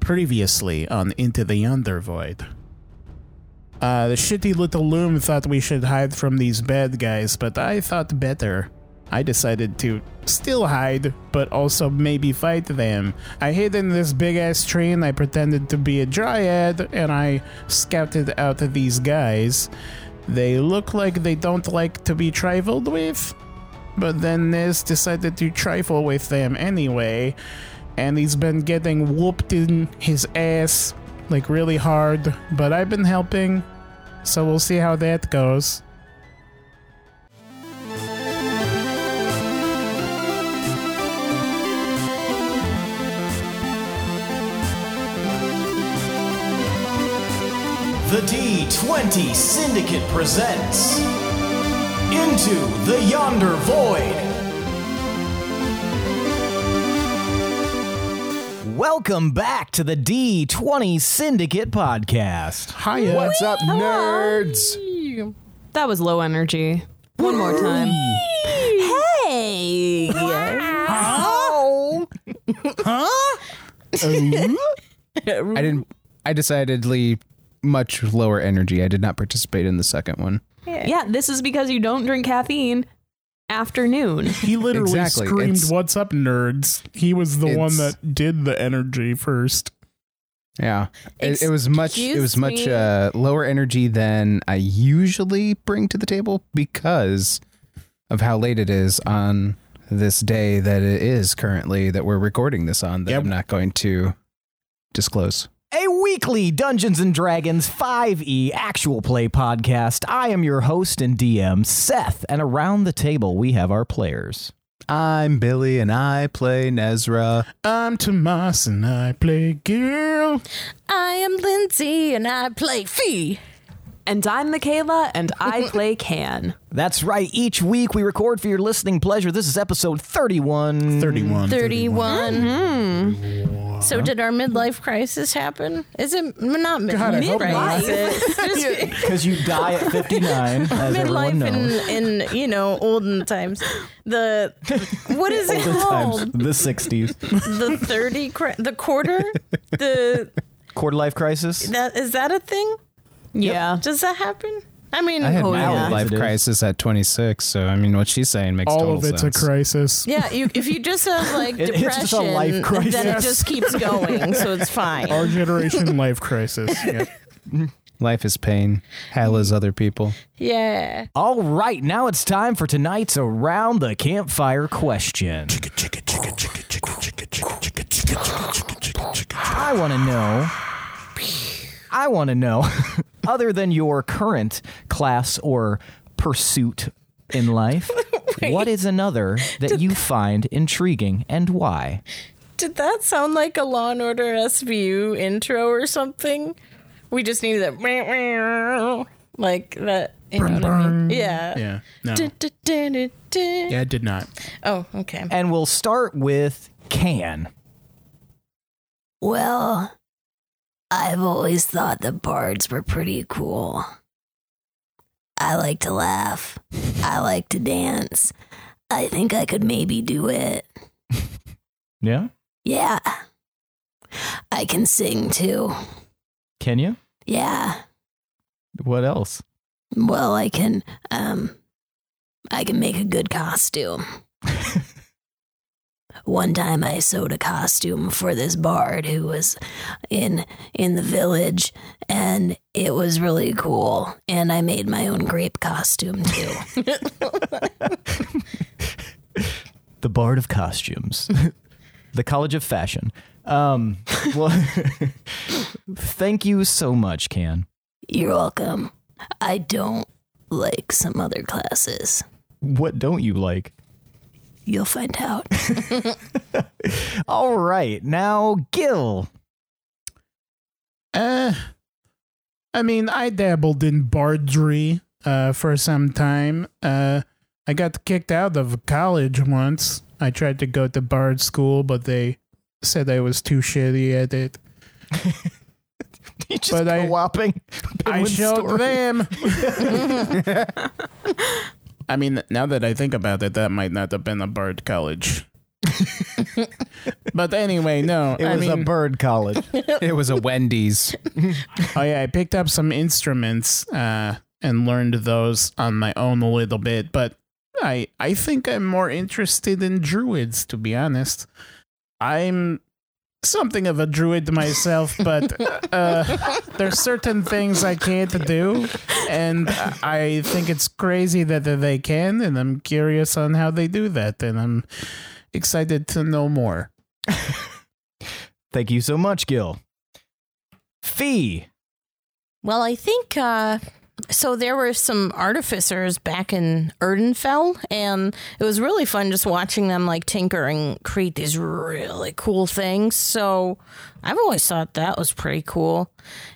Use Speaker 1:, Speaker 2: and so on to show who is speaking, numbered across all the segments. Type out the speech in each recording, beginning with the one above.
Speaker 1: previously on Into the Yonder Void. Uh, the shitty little loom thought we should hide from these bad guys, but I thought better. I decided to still hide, but also maybe fight them. I hid in this big ass tree and I pretended to be a dryad, and I scouted out these guys. They look like they don't like to be trifled with, but then Nez decided to trifle with them anyway, and he's been getting whooped in his ass like really hard. But I've been helping, so we'll see how that goes.
Speaker 2: The D20 Syndicate presents Into the Yonder Void. Welcome back to the D20 Syndicate podcast.
Speaker 1: Hiya,
Speaker 3: What's up, nerds?
Speaker 4: That was low energy. One more time.
Speaker 3: Hey!
Speaker 5: I didn't. I decidedly much lower energy. I did not participate in the second one.
Speaker 4: Yeah, this is because you don't drink caffeine after noon.
Speaker 1: He literally
Speaker 5: Exactly,
Speaker 1: screamed,
Speaker 5: it's-
Speaker 1: "What's up, nerds?" He was the one
Speaker 5: It's-
Speaker 1: that did the energy first.
Speaker 5: Yeah, it, it was much. It was
Speaker 4: Excuse
Speaker 5: much
Speaker 4: me?
Speaker 5: uh, lower energy than I usually bring to the table because of how late it is on this day that it is currently that we're recording this on. That
Speaker 1: Yep.
Speaker 5: I'm not going to disclose.
Speaker 2: A weekly Dungeons and Dragons 5e actual play podcast. I am your host and DM, Seth, and around the table we have our players.
Speaker 5: I'm Billy, and I play Nezra.
Speaker 1: I'm Tomas and I play Gil.
Speaker 3: I am Lindsay and I play Fee.
Speaker 4: And I'm Michaela, and I play can.
Speaker 2: That's right. Each week we record for your listening pleasure. This is episode 31.
Speaker 1: 31.
Speaker 3: 31.
Speaker 2: Mm-hmm.
Speaker 3: So, did our midlife crisis happen? Is it m- not mid-
Speaker 1: God, I hope
Speaker 3: midlife?
Speaker 1: not.
Speaker 3: It's just
Speaker 2: Because you die at 59, as everyone
Speaker 3: midlife
Speaker 2: knows.
Speaker 3: in, in, you know, olden times. The, what is it
Speaker 2: Times
Speaker 3: called?
Speaker 2: the 60s.
Speaker 3: The 30, cri- the quarter? The,
Speaker 2: Quarter life crisis.
Speaker 3: that, is that a thing?
Speaker 4: Yeah.
Speaker 3: Does that happen? I mean,
Speaker 5: I had
Speaker 4: Oh,
Speaker 5: my
Speaker 4: yeah.
Speaker 5: life
Speaker 2: Yes, it is.
Speaker 5: crisis at 26, so I mean, what she's saying makes
Speaker 1: All
Speaker 5: total
Speaker 1: of it's
Speaker 5: sense.
Speaker 1: a crisis.
Speaker 3: Yeah, you, if you just have like
Speaker 2: It-
Speaker 3: depression,
Speaker 2: it's just a life crisis.
Speaker 3: then it just keeps going, so it's fine.
Speaker 1: Our generation life crisis. Yeah.
Speaker 5: Life is pain. Hell is other people.
Speaker 3: Yeah.
Speaker 2: All right, now it's time for tonight's Around the Campfire question. I want to know. I want to know, other than your current class or pursuit in life, what is another that you find intriguing and why?
Speaker 3: Did that sound like a Law and Order SVU intro or something? We just needed that, like that. You know what I mean? Yeah.
Speaker 1: Yeah. No.
Speaker 3: Dun, dun, dun, dun, dun.
Speaker 1: Yeah, it did not.
Speaker 3: Oh, okay.
Speaker 2: And we'll start with Can.
Speaker 6: Well, I've always thought the bards were pretty cool. I like to laugh. I like to dance. I think I could maybe do it.
Speaker 2: Yeah?
Speaker 6: Yeah. I can sing too.
Speaker 2: Can you?
Speaker 6: Yeah.
Speaker 2: What else?
Speaker 6: Well, I can um I can make a good costume. One time I sewed a costume for this bard who was in in the village and it was really cool and I made my own grape costume too.
Speaker 2: the Bard of Costumes, the College of Fashion. Um, well, thank you so much, Can.
Speaker 6: You're welcome. I don't like some other classes.
Speaker 2: What don't you like?
Speaker 6: You'll find out.
Speaker 2: All right, now Gil.
Speaker 1: Uh, I mean, I dabbled in bardry uh, for some time. Uh, I got kicked out of college once. I tried to go to bard school, but they said I was too shitty at it.
Speaker 2: You just
Speaker 1: But
Speaker 2: go
Speaker 1: I-
Speaker 2: whopping.
Speaker 1: I
Speaker 2: Penguin
Speaker 1: showed
Speaker 2: story.
Speaker 1: them. I mean, now that I think about it, that might not have been a bard college. But anyway, no.
Speaker 2: It
Speaker 1: I
Speaker 2: was a
Speaker 1: mean-
Speaker 2: bird college.
Speaker 5: It was a Wendy's.
Speaker 1: Oh yeah, I picked up some instruments uh, and learned those on my own a little bit, but I I think I'm more interested in druids to be honest. I'm something of a druid myself, but uh, there's certain things I can't do, and I think it's crazy that they can, and I'm curious on how they do that, and I'm excited to know more.
Speaker 2: Thank you so much, Gil. Fee.
Speaker 3: Well, I think uh, so. There were some artificers back in Erdenfell, and it was really fun just watching them like tinker and create these really cool things. So I've always thought that was pretty cool.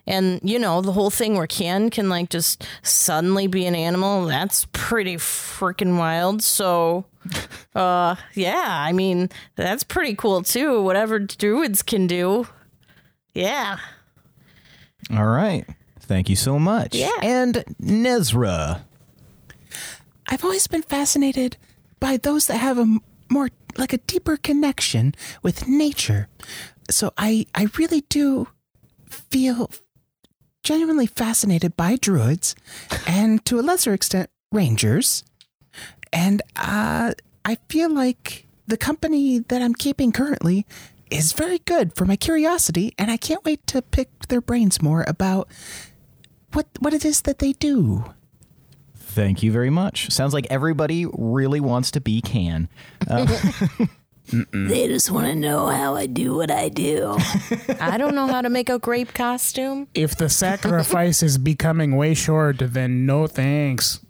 Speaker 3: And you know, the whole thing where Ken can like just suddenly be an animal, that's pretty freaking wild. So. Uh yeah, I mean that's pretty cool too. Whatever druids can do, yeah.
Speaker 2: All right. Thank you so much.
Speaker 3: Yeah.
Speaker 2: And Nezra.
Speaker 5: I've always been fascinated by those that have a m- more like a deeper connection with nature. So I I really do feel genuinely fascinated by druids and to a lesser extent rangers. And uh I feel like the company that I'm keeping currently is very good for my curiosity and I can't wait to pick their brains more about what what it is that they do.
Speaker 2: Thank you very much. Sounds like everybody really wants to be can. Uh, Mm.
Speaker 6: They just want to know how I do what I do.
Speaker 3: I don't know how to make a grape costume.
Speaker 1: If the sacrifice is becoming way short, then no thanks.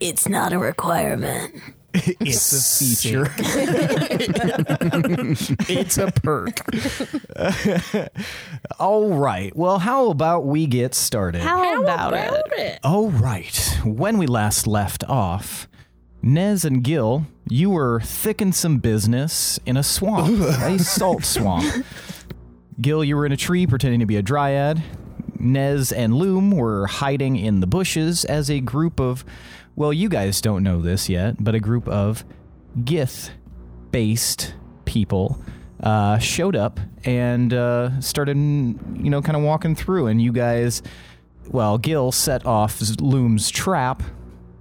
Speaker 6: It's not a requirement.
Speaker 2: It's a feature.
Speaker 1: It's a perk.
Speaker 2: All right. Well, how about we get started?
Speaker 4: How, about, it?
Speaker 2: All right. When we last left off, Nez and Gil, you were thicking some business in a swamp, a salt swamp. Gil, you were in a tree pretending to be a dryad. Nez and Loom were hiding in the bushes as a group of, well, you guys don't know this yet, but a group of Gith based people uh, showed up and uh, started, you know, kind of walking through. And you guys, well, Gil set off Loom's trap,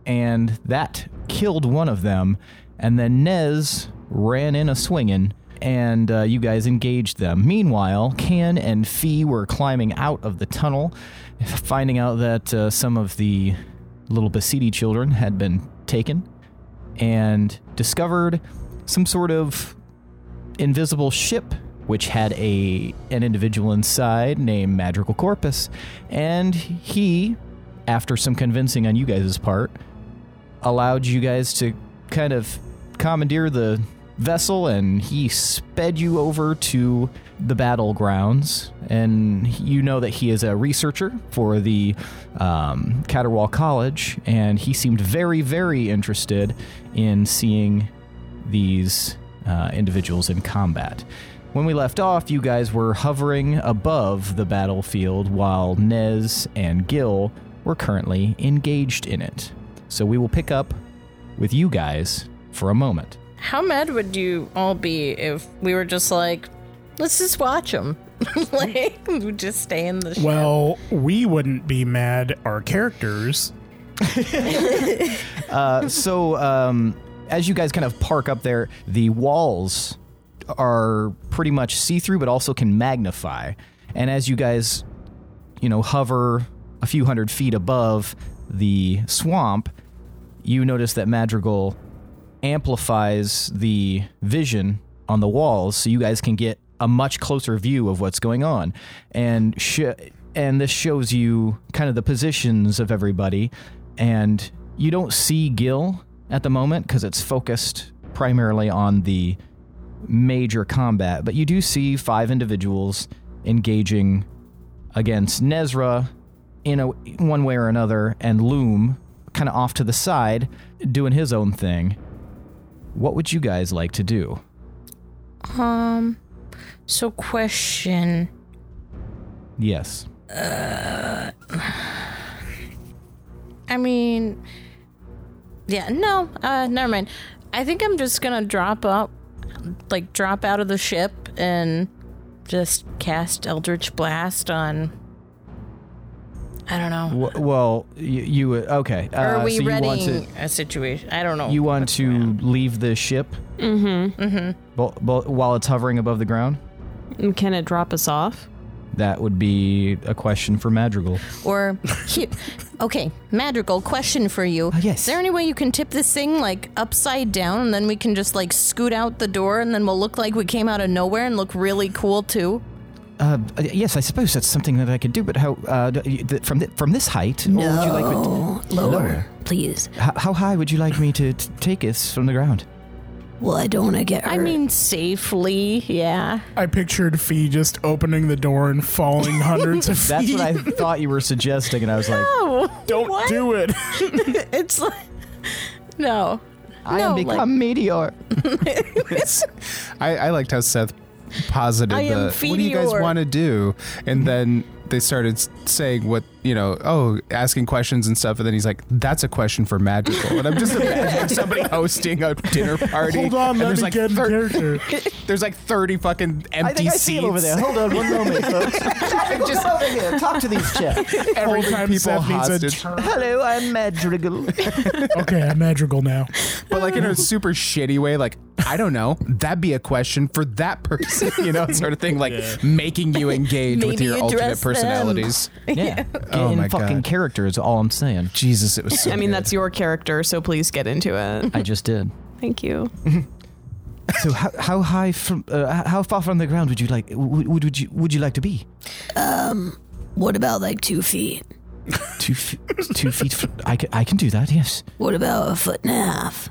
Speaker 2: and that killed one of them. And then Nez ran in a swinging, and uh, you guys engaged them. Meanwhile, Can and Fee were climbing out of the tunnel, finding out that uh, some of the little Basidi children had been taken and discovered some sort of invisible ship which had a an individual inside named Madrigal Corpus and he after some convincing on you guys' part allowed you guys to kind of commandeer the vessel and he sped you over to the battlegrounds and you know that he is a researcher for the um, Catterwall College and he seemed very very interested in seeing these uh, individuals in combat. When we left off, you guys were hovering above the battlefield while Nez and Gil were currently engaged in it. So we will pick up with you guys for a moment.
Speaker 3: How mad would you all be if we were just like, let's just watch them? like, we just stay in the ship.
Speaker 1: Well, we wouldn't be mad. Our characters.
Speaker 2: Uh, so um, as you guys kind of park up there, the walls are pretty much see through, but also can magnify. And as you guys, you know, hover a few hundred feet above the swamp, you notice that Madrigal amplifies the vision on the walls so you guys can get a much closer view of what's going on and sh- and this shows you kind of the positions of everybody and you don't see Gil at the moment cuz it's focused primarily on the major combat but you do see five individuals engaging against Nezra in a one way or another and Loom kind of off to the side doing his own thing. What would you guys like to do?
Speaker 3: Um, so question.
Speaker 2: Yes.
Speaker 3: Uh. I mean, yeah, no, uh, never mind. I think I'm just gonna drop up like drop out of the ship and just cast Eldritch Blast on. I don't know.
Speaker 2: W- well, you, you would- okay. Uh,
Speaker 3: Are we
Speaker 2: so you want to
Speaker 3: readying a situation? I don't know.
Speaker 2: you want to leave the ship
Speaker 3: Mm-hmm.
Speaker 2: bo- bo- while it's hovering above the ground?
Speaker 4: Mm, Can it drop us off?
Speaker 2: That would be a question for Madrigal.
Speaker 3: Or here, okay, Madrigal, question for you.
Speaker 2: Uh, yes.
Speaker 3: Is there any way you can tip this thing like upside down, and then we can just like scoot out the door, and then we'll look like we came out of nowhere and look really cool too?
Speaker 2: Uh, yes, I suppose that's something that I could do. But how uh, d- th- from th- from this height? No. Or would you like me to-
Speaker 6: Oh, lower, please.
Speaker 2: H- how high would you like me to t- take us from the ground?
Speaker 6: Well, I don't want to get hurt.
Speaker 3: I mean, safely, yeah.
Speaker 1: I pictured Fee just opening the door and falling hundreds of feet.
Speaker 2: That's what I thought you were suggesting, and I was like,
Speaker 3: Oh,
Speaker 1: Don't
Speaker 3: what?
Speaker 1: do it.
Speaker 3: It's like no.
Speaker 2: I
Speaker 3: no,
Speaker 2: am
Speaker 3: like-
Speaker 2: become meteor.
Speaker 7: I, I liked how Seth posited
Speaker 3: I am
Speaker 7: the what do you guys
Speaker 3: Phoebe or-
Speaker 7: want to do, and then they started s- saying what you know, oh, asking questions and stuff, and then he's like, "That's a question for Magical," and I'm just imagining somebody hosting a dinner party.
Speaker 1: Hold on,
Speaker 7: and
Speaker 1: let
Speaker 7: there's
Speaker 1: me
Speaker 7: like
Speaker 1: get in
Speaker 7: thir-
Speaker 1: character.
Speaker 7: there's like thirty fucking empty
Speaker 2: I think I
Speaker 7: seats.
Speaker 2: see him over there. Hold on one moment, folks. I'm just over here. Talk to these chaps.
Speaker 1: Every time
Speaker 7: people
Speaker 1: Seth needs a
Speaker 7: hostage.
Speaker 1: turn.
Speaker 2: Hello, I'm Madrigal.
Speaker 1: Okay, I'm Madrigal now.
Speaker 7: but like in a super shitty way, like I don't know, that'd be a question for that person, you know, sort of thing, like making you engage with
Speaker 3: Maybe
Speaker 7: your
Speaker 3: you
Speaker 7: alternate
Speaker 3: dress them.
Speaker 7: personalities.
Speaker 2: Yeah. Get
Speaker 7: Oh
Speaker 2: in
Speaker 7: my
Speaker 2: fucking
Speaker 7: God.
Speaker 2: character is all I'm saying.
Speaker 7: Jesus, it was. So
Speaker 4: I mean,
Speaker 7: good.
Speaker 4: that's your character, so please get into it.
Speaker 2: I just did.
Speaker 4: Thank you.
Speaker 2: So how, how high from uh, h- how far from the ground would you like would, would, would you would you like to be?
Speaker 6: Um, what about like two feet?
Speaker 2: Two f- two feet. From, I can I can do that. Yes,
Speaker 6: What about a foot and a half?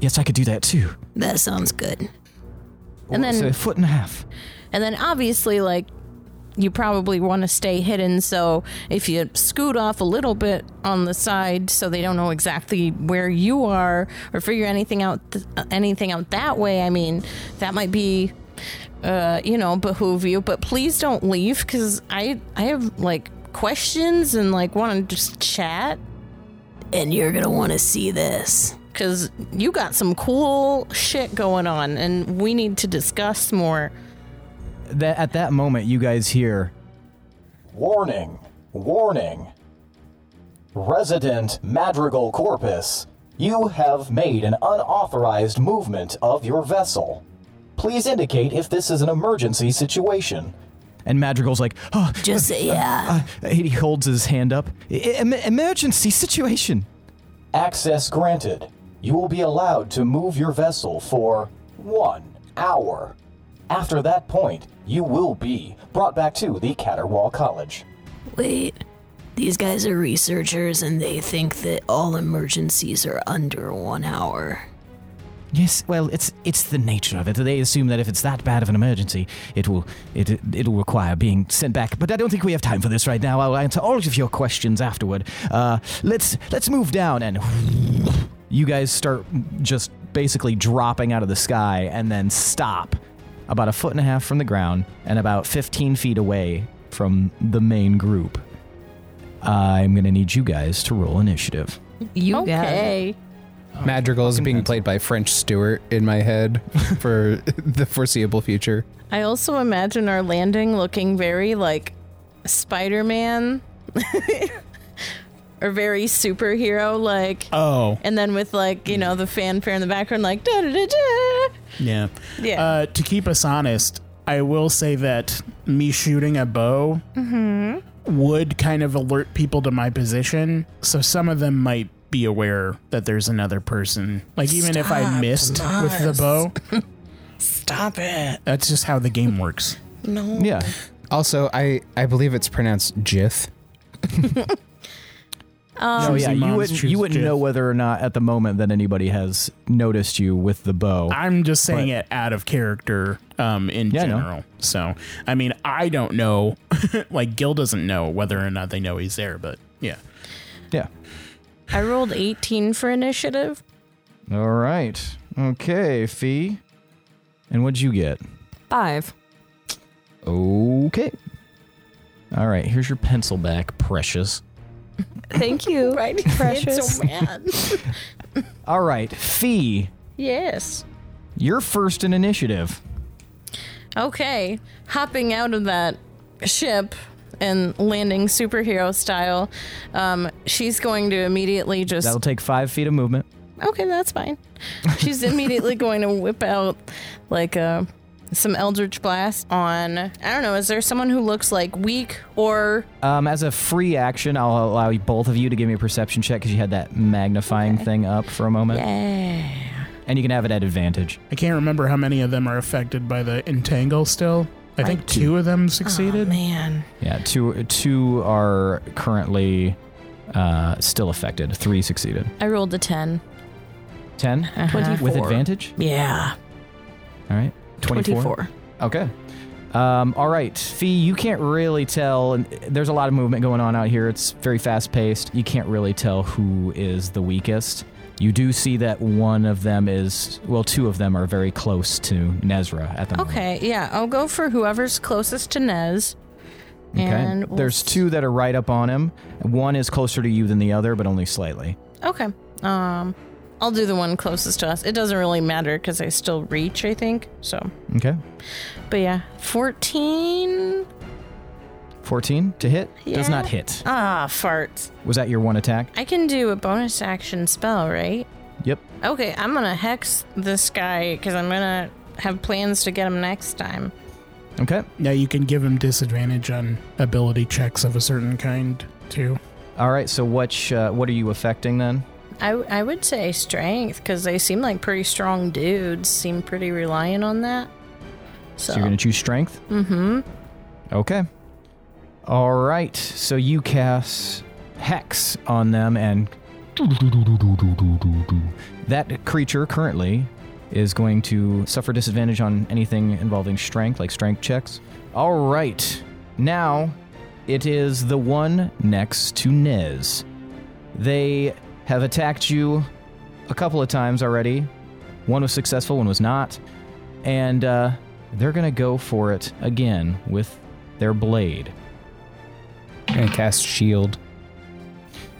Speaker 2: yes, I could do that too.
Speaker 6: That sounds good.
Speaker 3: And then-
Speaker 2: so a foot and a half.
Speaker 3: And then obviously, like, you probably want to stay hidden. So if you scoot off a little bit on the side, so they don't know exactly where you are, or figure anything out, th- anything out that way. I mean, that might be, uh, you know, behoove you. But please don't leave because I, I have like questions and like want to just chat
Speaker 6: And you're going to want to see this.
Speaker 3: because you got some cool shit going on, and we need to discuss more.
Speaker 2: That at that moment you guys hear. Warning! Warning! Resident Madrigal Corpus, you have made an unauthorized movement of your vessel. Please indicate if this is an emergency situation. And Madrigal's like, oh,
Speaker 6: Just say, yeah.
Speaker 2: Uh, he holds his hand up. "E- em- emergency situation.
Speaker 8: Access granted. You will be allowed to move your vessel for one hour. After that point, you will be brought back to the Caterwall College.
Speaker 6: Wait, these guys are researchers and they think that all emergencies are under one hour.
Speaker 2: Yes, well, it's it's the nature of it. They assume that if it's that bad of an emergency, it will it it'll require being sent back. But I don't think we have time for this right now. I'll answer all of your questions afterward. Uh, let's let's move down and you guys start just basically dropping out of the sky and then stop about a foot and a half from the ground and about 15 feet away from the main group. I'm gonna need you guys to roll initiative.
Speaker 4: You
Speaker 3: Okay.
Speaker 7: Madrigal is being played by French Stewart in my head for the foreseeable future.
Speaker 3: I also imagine our landing looking very like Spider Man or very superhero like.
Speaker 1: Oh,
Speaker 3: And then with like, you know, the fanfare in the background, like da da da da.
Speaker 1: yeah.
Speaker 3: Yeah.
Speaker 1: Uh, to keep us honest, I will say that me shooting a bow would kind of alert people to my position. So some of them might be aware that there's another person. Like, even if I missed with the bow. Stop it. That's just how the game works.
Speaker 2: Yeah.
Speaker 7: Also, I I believe it's pronounced Jith.
Speaker 3: Um,
Speaker 2: Oh yeah,
Speaker 1: Choosy
Speaker 2: you
Speaker 1: moms
Speaker 2: wouldn't,
Speaker 1: choose
Speaker 2: you wouldn't
Speaker 1: Jif.
Speaker 2: know whether or not at the moment that anybody has noticed you with the bow.
Speaker 1: I'm just saying it out of character um, in
Speaker 2: Yeah, I know.
Speaker 1: general. So, I mean, I don't know. like, Gil doesn't know whether or not they know he's there, but yeah.
Speaker 2: yeah.
Speaker 3: I rolled 18 for initiative.
Speaker 2: All right. Okay, Fee. And what'd you get?
Speaker 4: Five.
Speaker 2: Okay. All right. Here's your pencil back, precious.
Speaker 4: Thank you.
Speaker 3: Right?
Speaker 4: Precious.
Speaker 3: so mad.
Speaker 2: All right, Fee.
Speaker 3: yes.
Speaker 2: You're first in initiative.
Speaker 3: Okay, hopping out of that ship and landing superhero style, um, she's going to immediately just.
Speaker 2: That'll take five feet of movement.
Speaker 3: okay, that's fine. She's immediately going to whip out like uh, some Eldritch Blast on. I don't know, is there someone who looks like weak or.
Speaker 2: Um, as a free action, I'll allow you- both of you to give me a perception check because you had that magnifying thing up for a moment. And you can have it at advantage.
Speaker 1: I can't remember how many of them are affected by the entangle still. I think two of them succeeded.
Speaker 3: Man.
Speaker 2: Yeah, two two are currently uh, still affected. Three succeeded.
Speaker 3: I rolled a 10.
Speaker 2: 10 with advantage.
Speaker 3: Yeah.
Speaker 2: All right, 24? Okay. Um, all right, Fee, you can't really tell. And there's a lot of movement going on out here. It's very fast paced. You can't really tell who is the weakest. You do see that one of them is, well, two of them are very close to Nezra at the moment.
Speaker 3: Okay, yeah, I'll go for whoever's closest to Nez. And we'll-
Speaker 2: There's two that are right up on him. One is closer to you than the other, but only slightly.
Speaker 3: Okay. Um, I'll do the one closest to us. It doesn't really matter because I still reach, I think. So,
Speaker 2: Okay.
Speaker 3: but yeah, 14.
Speaker 2: 14 to hit? Does
Speaker 3: Yeah.
Speaker 2: not hit.
Speaker 3: Ah, farts.
Speaker 2: Was that your one attack?
Speaker 3: I can do a bonus action spell, right?
Speaker 2: Yep.
Speaker 3: Okay, I'm gonna hex this guy because I'm gonna have plans to get him next time.
Speaker 2: Okay.
Speaker 1: Now you can give him disadvantage on ability checks of a certain kind too.
Speaker 2: All right, so what, uh, what are you affecting then?
Speaker 3: I, I would say strength because they seem like pretty strong dudes. Seem pretty reliant on that. Mm-hmm.
Speaker 2: So
Speaker 3: So,
Speaker 2: you're going to choose strength? Mm hmm. Okay. All right. So you cast Hex on them, and that creature currently is going to suffer disadvantage on anything involving strength, like strength checks. All right. Now it is the one next to Nez. They have attacked you a couple of times already. One was successful, one was not and uh, they're gonna go for it again with their blade.
Speaker 7: And cast shield.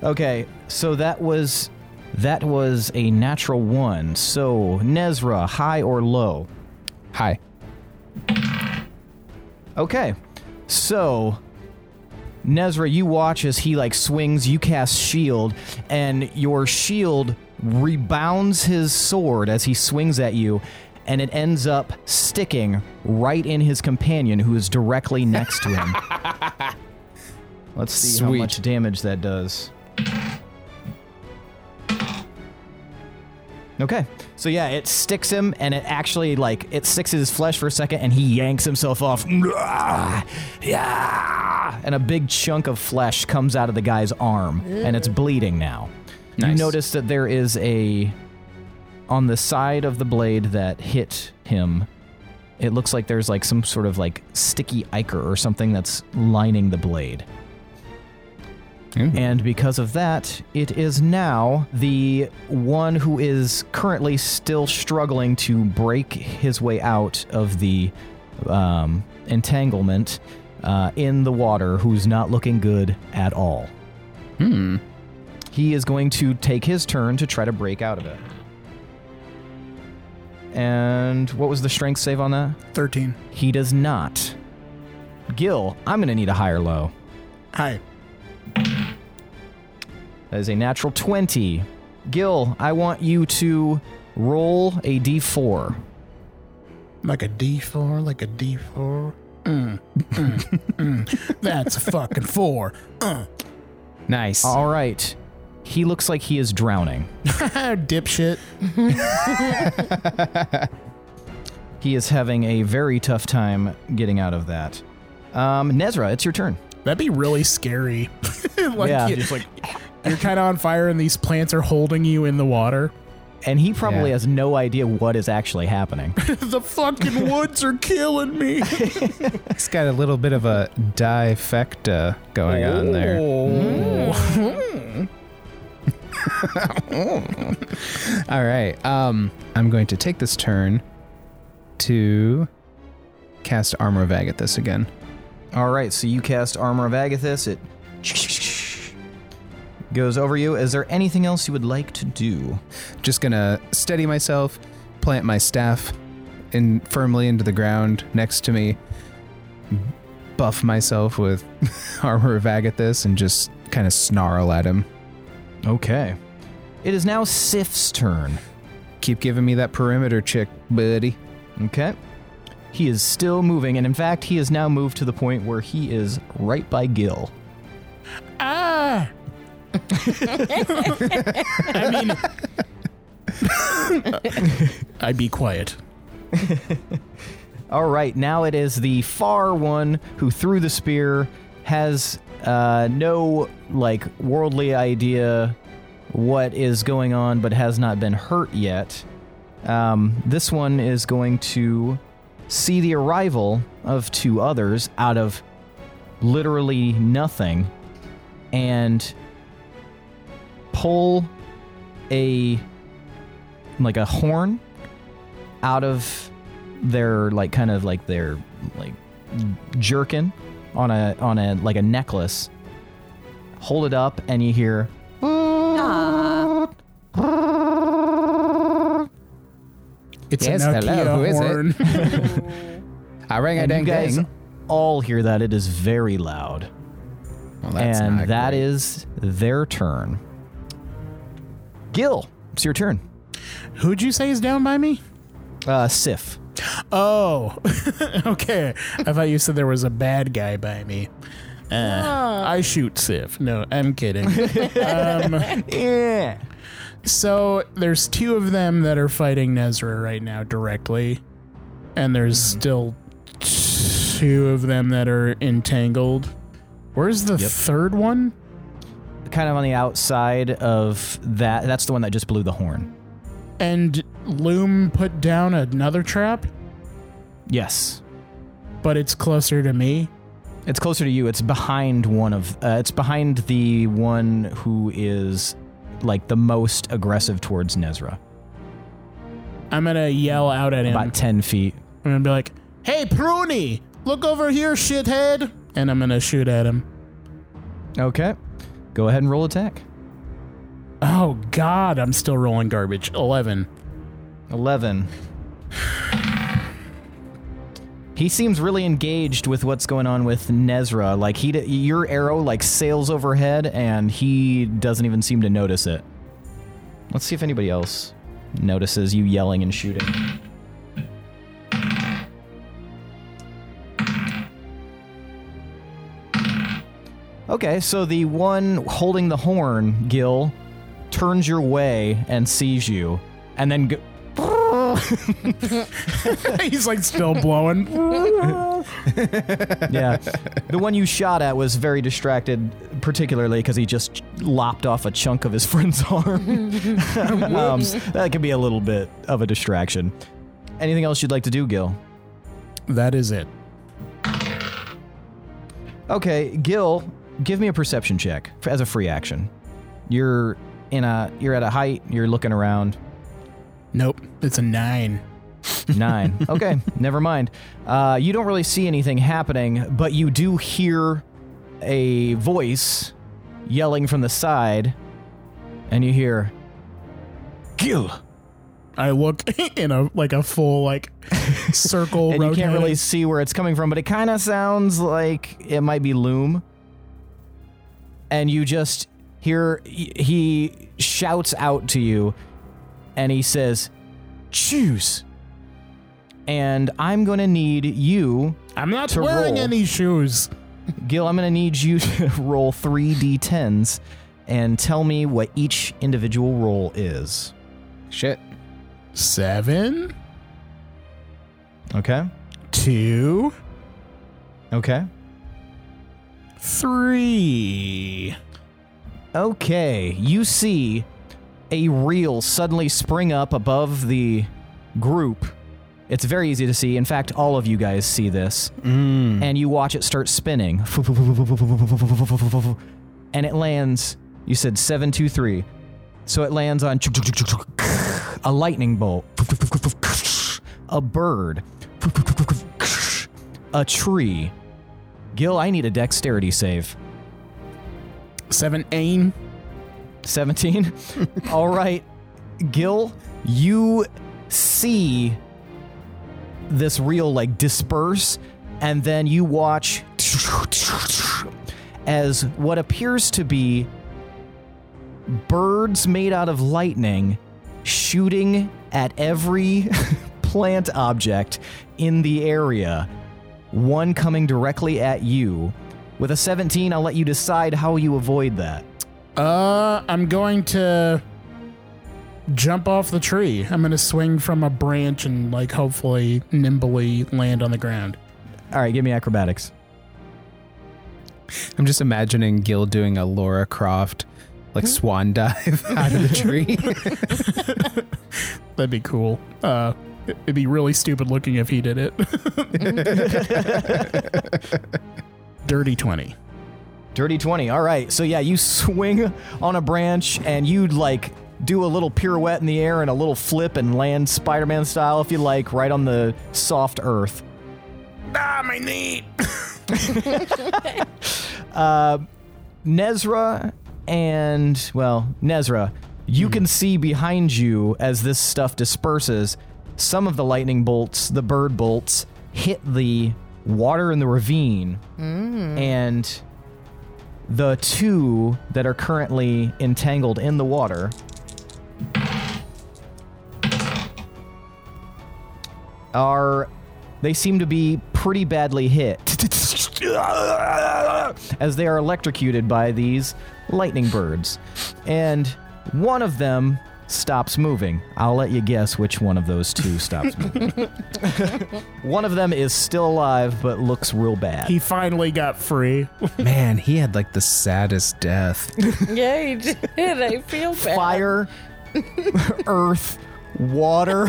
Speaker 2: Okay, so that was that was a natural one. So Nezra, high or low?
Speaker 7: Hi.
Speaker 2: Okay, so Nezra, you watch as he like swings. You cast shield, and your shield rebounds his sword as he swings at you. And it ends up sticking right in his companion, who is directly next to him. Let's see how
Speaker 7: Sweet.
Speaker 2: much damage that does. Okay. So yeah, it sticks him and it actually like it sticks his flesh for a second and he yanks himself off. Yeah. And a big chunk of flesh comes out of the guy's arm and it's bleeding now. You
Speaker 7: Nice.
Speaker 2: notice that there is a on the side of the blade that hit him. It looks like there's like some sort of like sticky ichor or something that's lining the blade. And because of that, it is now the one who is currently still struggling to break his way out of the um, entanglement uh, in the water who's not looking good at all. Hmm. He is going to take his turn to try to break out of it. And what was the strength save on that?
Speaker 1: Thirteen.
Speaker 2: He does not. Gil, I'm going to need a higher low.
Speaker 1: Hi.
Speaker 2: That is a natural 20. Gil, I want you to roll a d4.
Speaker 1: Like a D four, like a D four. Mm, mm, mm. That's a fucking four. Uh.
Speaker 7: Nice.
Speaker 2: All right. He looks like he is drowning.
Speaker 1: Dipshit.
Speaker 2: He is having a very tough time getting out of that. Um, Nezra, it's your turn.
Speaker 1: That'd be really scary. like
Speaker 2: Yeah,
Speaker 1: you,
Speaker 2: just
Speaker 1: like you're kind of on fire and these plants are holding you in the water.
Speaker 2: And he probably
Speaker 7: Yeah.
Speaker 2: has no idea what is actually happening.
Speaker 1: the fucking woods are killing me.
Speaker 7: It's got a little bit of a difecta going on there.
Speaker 1: Mm-hmm.
Speaker 7: All right. Um, I'm going to take this turn to cast Armor of Agathis again.
Speaker 2: All right, so you cast Armor of Agathis. It goes over you. Is there anything else you would like to do?
Speaker 7: Just gonna steady myself, plant my staff in firmly into the ground next to me, buff myself with armor of Agathis, and just kind of snarl at him.
Speaker 2: Okay. It is now Sif's turn.
Speaker 7: Keep giving me that perimeter chick, buddy.
Speaker 2: Okay. He is still moving, and in fact, he has now moved to the point where he is right by Gil.
Speaker 1: Ah! I mean, I'd be quiet.
Speaker 2: All right, now it is the far one who threw the spear, has uh, no like worldly idea what is going on, but has not been hurt yet. Um, this one is going to see the arrival of two others out of literally nothing and pull a like a horn out of their like kind of like their like jerkin on a on a like a necklace hold it up and you hear
Speaker 1: It's
Speaker 7: Yes,
Speaker 1: an
Speaker 7: hello,
Speaker 1: Nokia
Speaker 7: who is it?
Speaker 1: horn.
Speaker 7: I rang a
Speaker 2: and
Speaker 7: dang
Speaker 2: you guys
Speaker 7: dang.
Speaker 2: all hear that it is very loud
Speaker 7: Well,
Speaker 2: and that
Speaker 7: great.
Speaker 2: is their turn gil it's your turn
Speaker 1: Who'd you say is down by me?
Speaker 2: uh sif
Speaker 1: Oh, okay. I thought you said there was a bad guy by me. Uh, I shoot Sif. No, I'm kidding. um,
Speaker 2: yeah
Speaker 1: so there's two of them that are fighting Nezra right now directly, and there's still two of them that are entangled. Where's the third one?
Speaker 2: kind of on the outside of that that's the one that just blew the horn
Speaker 1: And Loom put down another trap,
Speaker 2: yes
Speaker 1: but it's closer to me.
Speaker 2: It's closer to you. It's behind one of. Uh, it's behind the one who is like the most aggressive towards Nezra.
Speaker 1: I'm gonna yell out at him.
Speaker 2: About ten feet.
Speaker 1: I'm gonna be like, "Hey, Pruny, look over here, shithead!" And I'm gonna shoot at him.
Speaker 2: Okay. Go ahead and roll attack.
Speaker 1: Oh God, I'm still rolling garbage. Eleven.
Speaker 2: Eleven. He seems really engaged with what's going on with Nezra. Like he, d- your arrow like sails overhead, and he doesn't even seem to notice it. Let's see if anybody else notices you yelling and shooting. Okay, so the one holding the horn, Gil, turns your way and sees you, and then go-
Speaker 1: He's like still
Speaker 2: Um,
Speaker 1: blowing.
Speaker 2: yeah. The one you shot at was very distracted, particularly because he just lopped off a chunk of his friend's arm. um, that could be a little bit of a distraction. Anything else you'd like to do, Gil?
Speaker 1: that is it.
Speaker 2: Okay, Gil, give me a perception check f- as a free action. You're in a you're at a height. You're looking around.
Speaker 1: Nope, it's a nine.
Speaker 2: Nine. okay, never mind. Uh, you don't really see anything happening, but you do hear a voice yelling from the side, and you hear, "Gil!"
Speaker 1: I look in a like a full like circle.
Speaker 2: And you can't
Speaker 1: rotated-
Speaker 2: really see where it's coming from, but it kind of sounds like it might be Loom. And you just hear he- he shouts out to you, and he says, "Choose." And I'm gonna need you
Speaker 1: I'm not
Speaker 2: to
Speaker 1: wearing
Speaker 2: roll.
Speaker 1: any shoes.
Speaker 2: Gil, I'm going to need you to roll three d10s and tell me what each individual roll is.
Speaker 7: shit.
Speaker 1: Seven,
Speaker 2: Okay.
Speaker 1: two,
Speaker 2: Okay.
Speaker 1: three.
Speaker 2: Okay. You see a reel suddenly spring up above the group. It's very easy to see. In fact, all of you guys see this. And you watch it start spinning. And it lands, you said 723. So it lands on a lightning bolt, a bird, a tree. Gil, I need a dexterity save.
Speaker 1: Seven aim.
Speaker 2: 17. All right, Gil, you see this reel like disperse, and then you watch as what appears to be birds made out of lightning shooting at every plant object in the area. One coming directly at you. With a 17, I'll let you decide how you avoid that.
Speaker 1: Uh, I'm going to jump off the tree. I'm going to swing from a branch and, like, hopefully nimbly land on the ground.
Speaker 2: All right, give me acrobatics.
Speaker 7: I'm just imagining Gil doing a Laura Croft
Speaker 1: Hmm.
Speaker 2: Hmm?
Speaker 7: like swan dive out of the tree.
Speaker 1: That'd be cool. Uh, it- it'd be really stupid looking if he did it. Dirty 20.
Speaker 2: Dirty 20. All right. So, yeah, you swing on a branch and you like do a little pirouette in the air and a little flip and land Spider Man style, if you like, right on the soft earth.
Speaker 1: Ah, my knee!
Speaker 2: Uh, Nezra and, well, Nezra, you can see behind you as this stuff disperses, some of the lightning bolts, the bird bolts, hit the water in the ravine. And the two that are currently entangled in the water. Are they seem to be pretty badly hit as they are electrocuted by these lightning birds. And one of them stops moving. I'll let you guess which one of those two stops moving. one of them is still alive but looks real bad.
Speaker 1: He finally got free.
Speaker 7: Man, he had like the saddest death.
Speaker 3: Yeah, you did. I feel bad.
Speaker 2: fire, earth, water,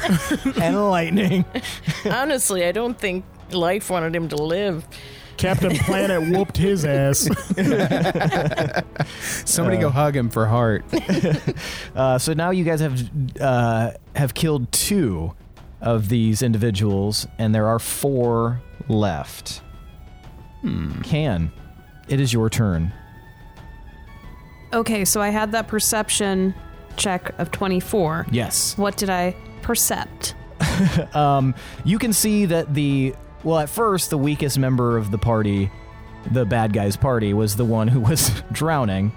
Speaker 2: and lightning.
Speaker 3: Honestly, I don't think life wanted him to live.
Speaker 1: Captain Planet whooped his ass. Uh,
Speaker 7: Somebody go hug him for heart.
Speaker 2: Uh, so now you guys have uh, have killed two of these individuals, and there are four left.
Speaker 7: Hmm.
Speaker 2: Can, it is your turn.
Speaker 4: Okay, so I had that perception check of 24.
Speaker 2: Yes.
Speaker 4: What did I percept?
Speaker 2: Um, You can see that the well, at first, the weakest member of the party, the bad guys' party, was the one who was drowning.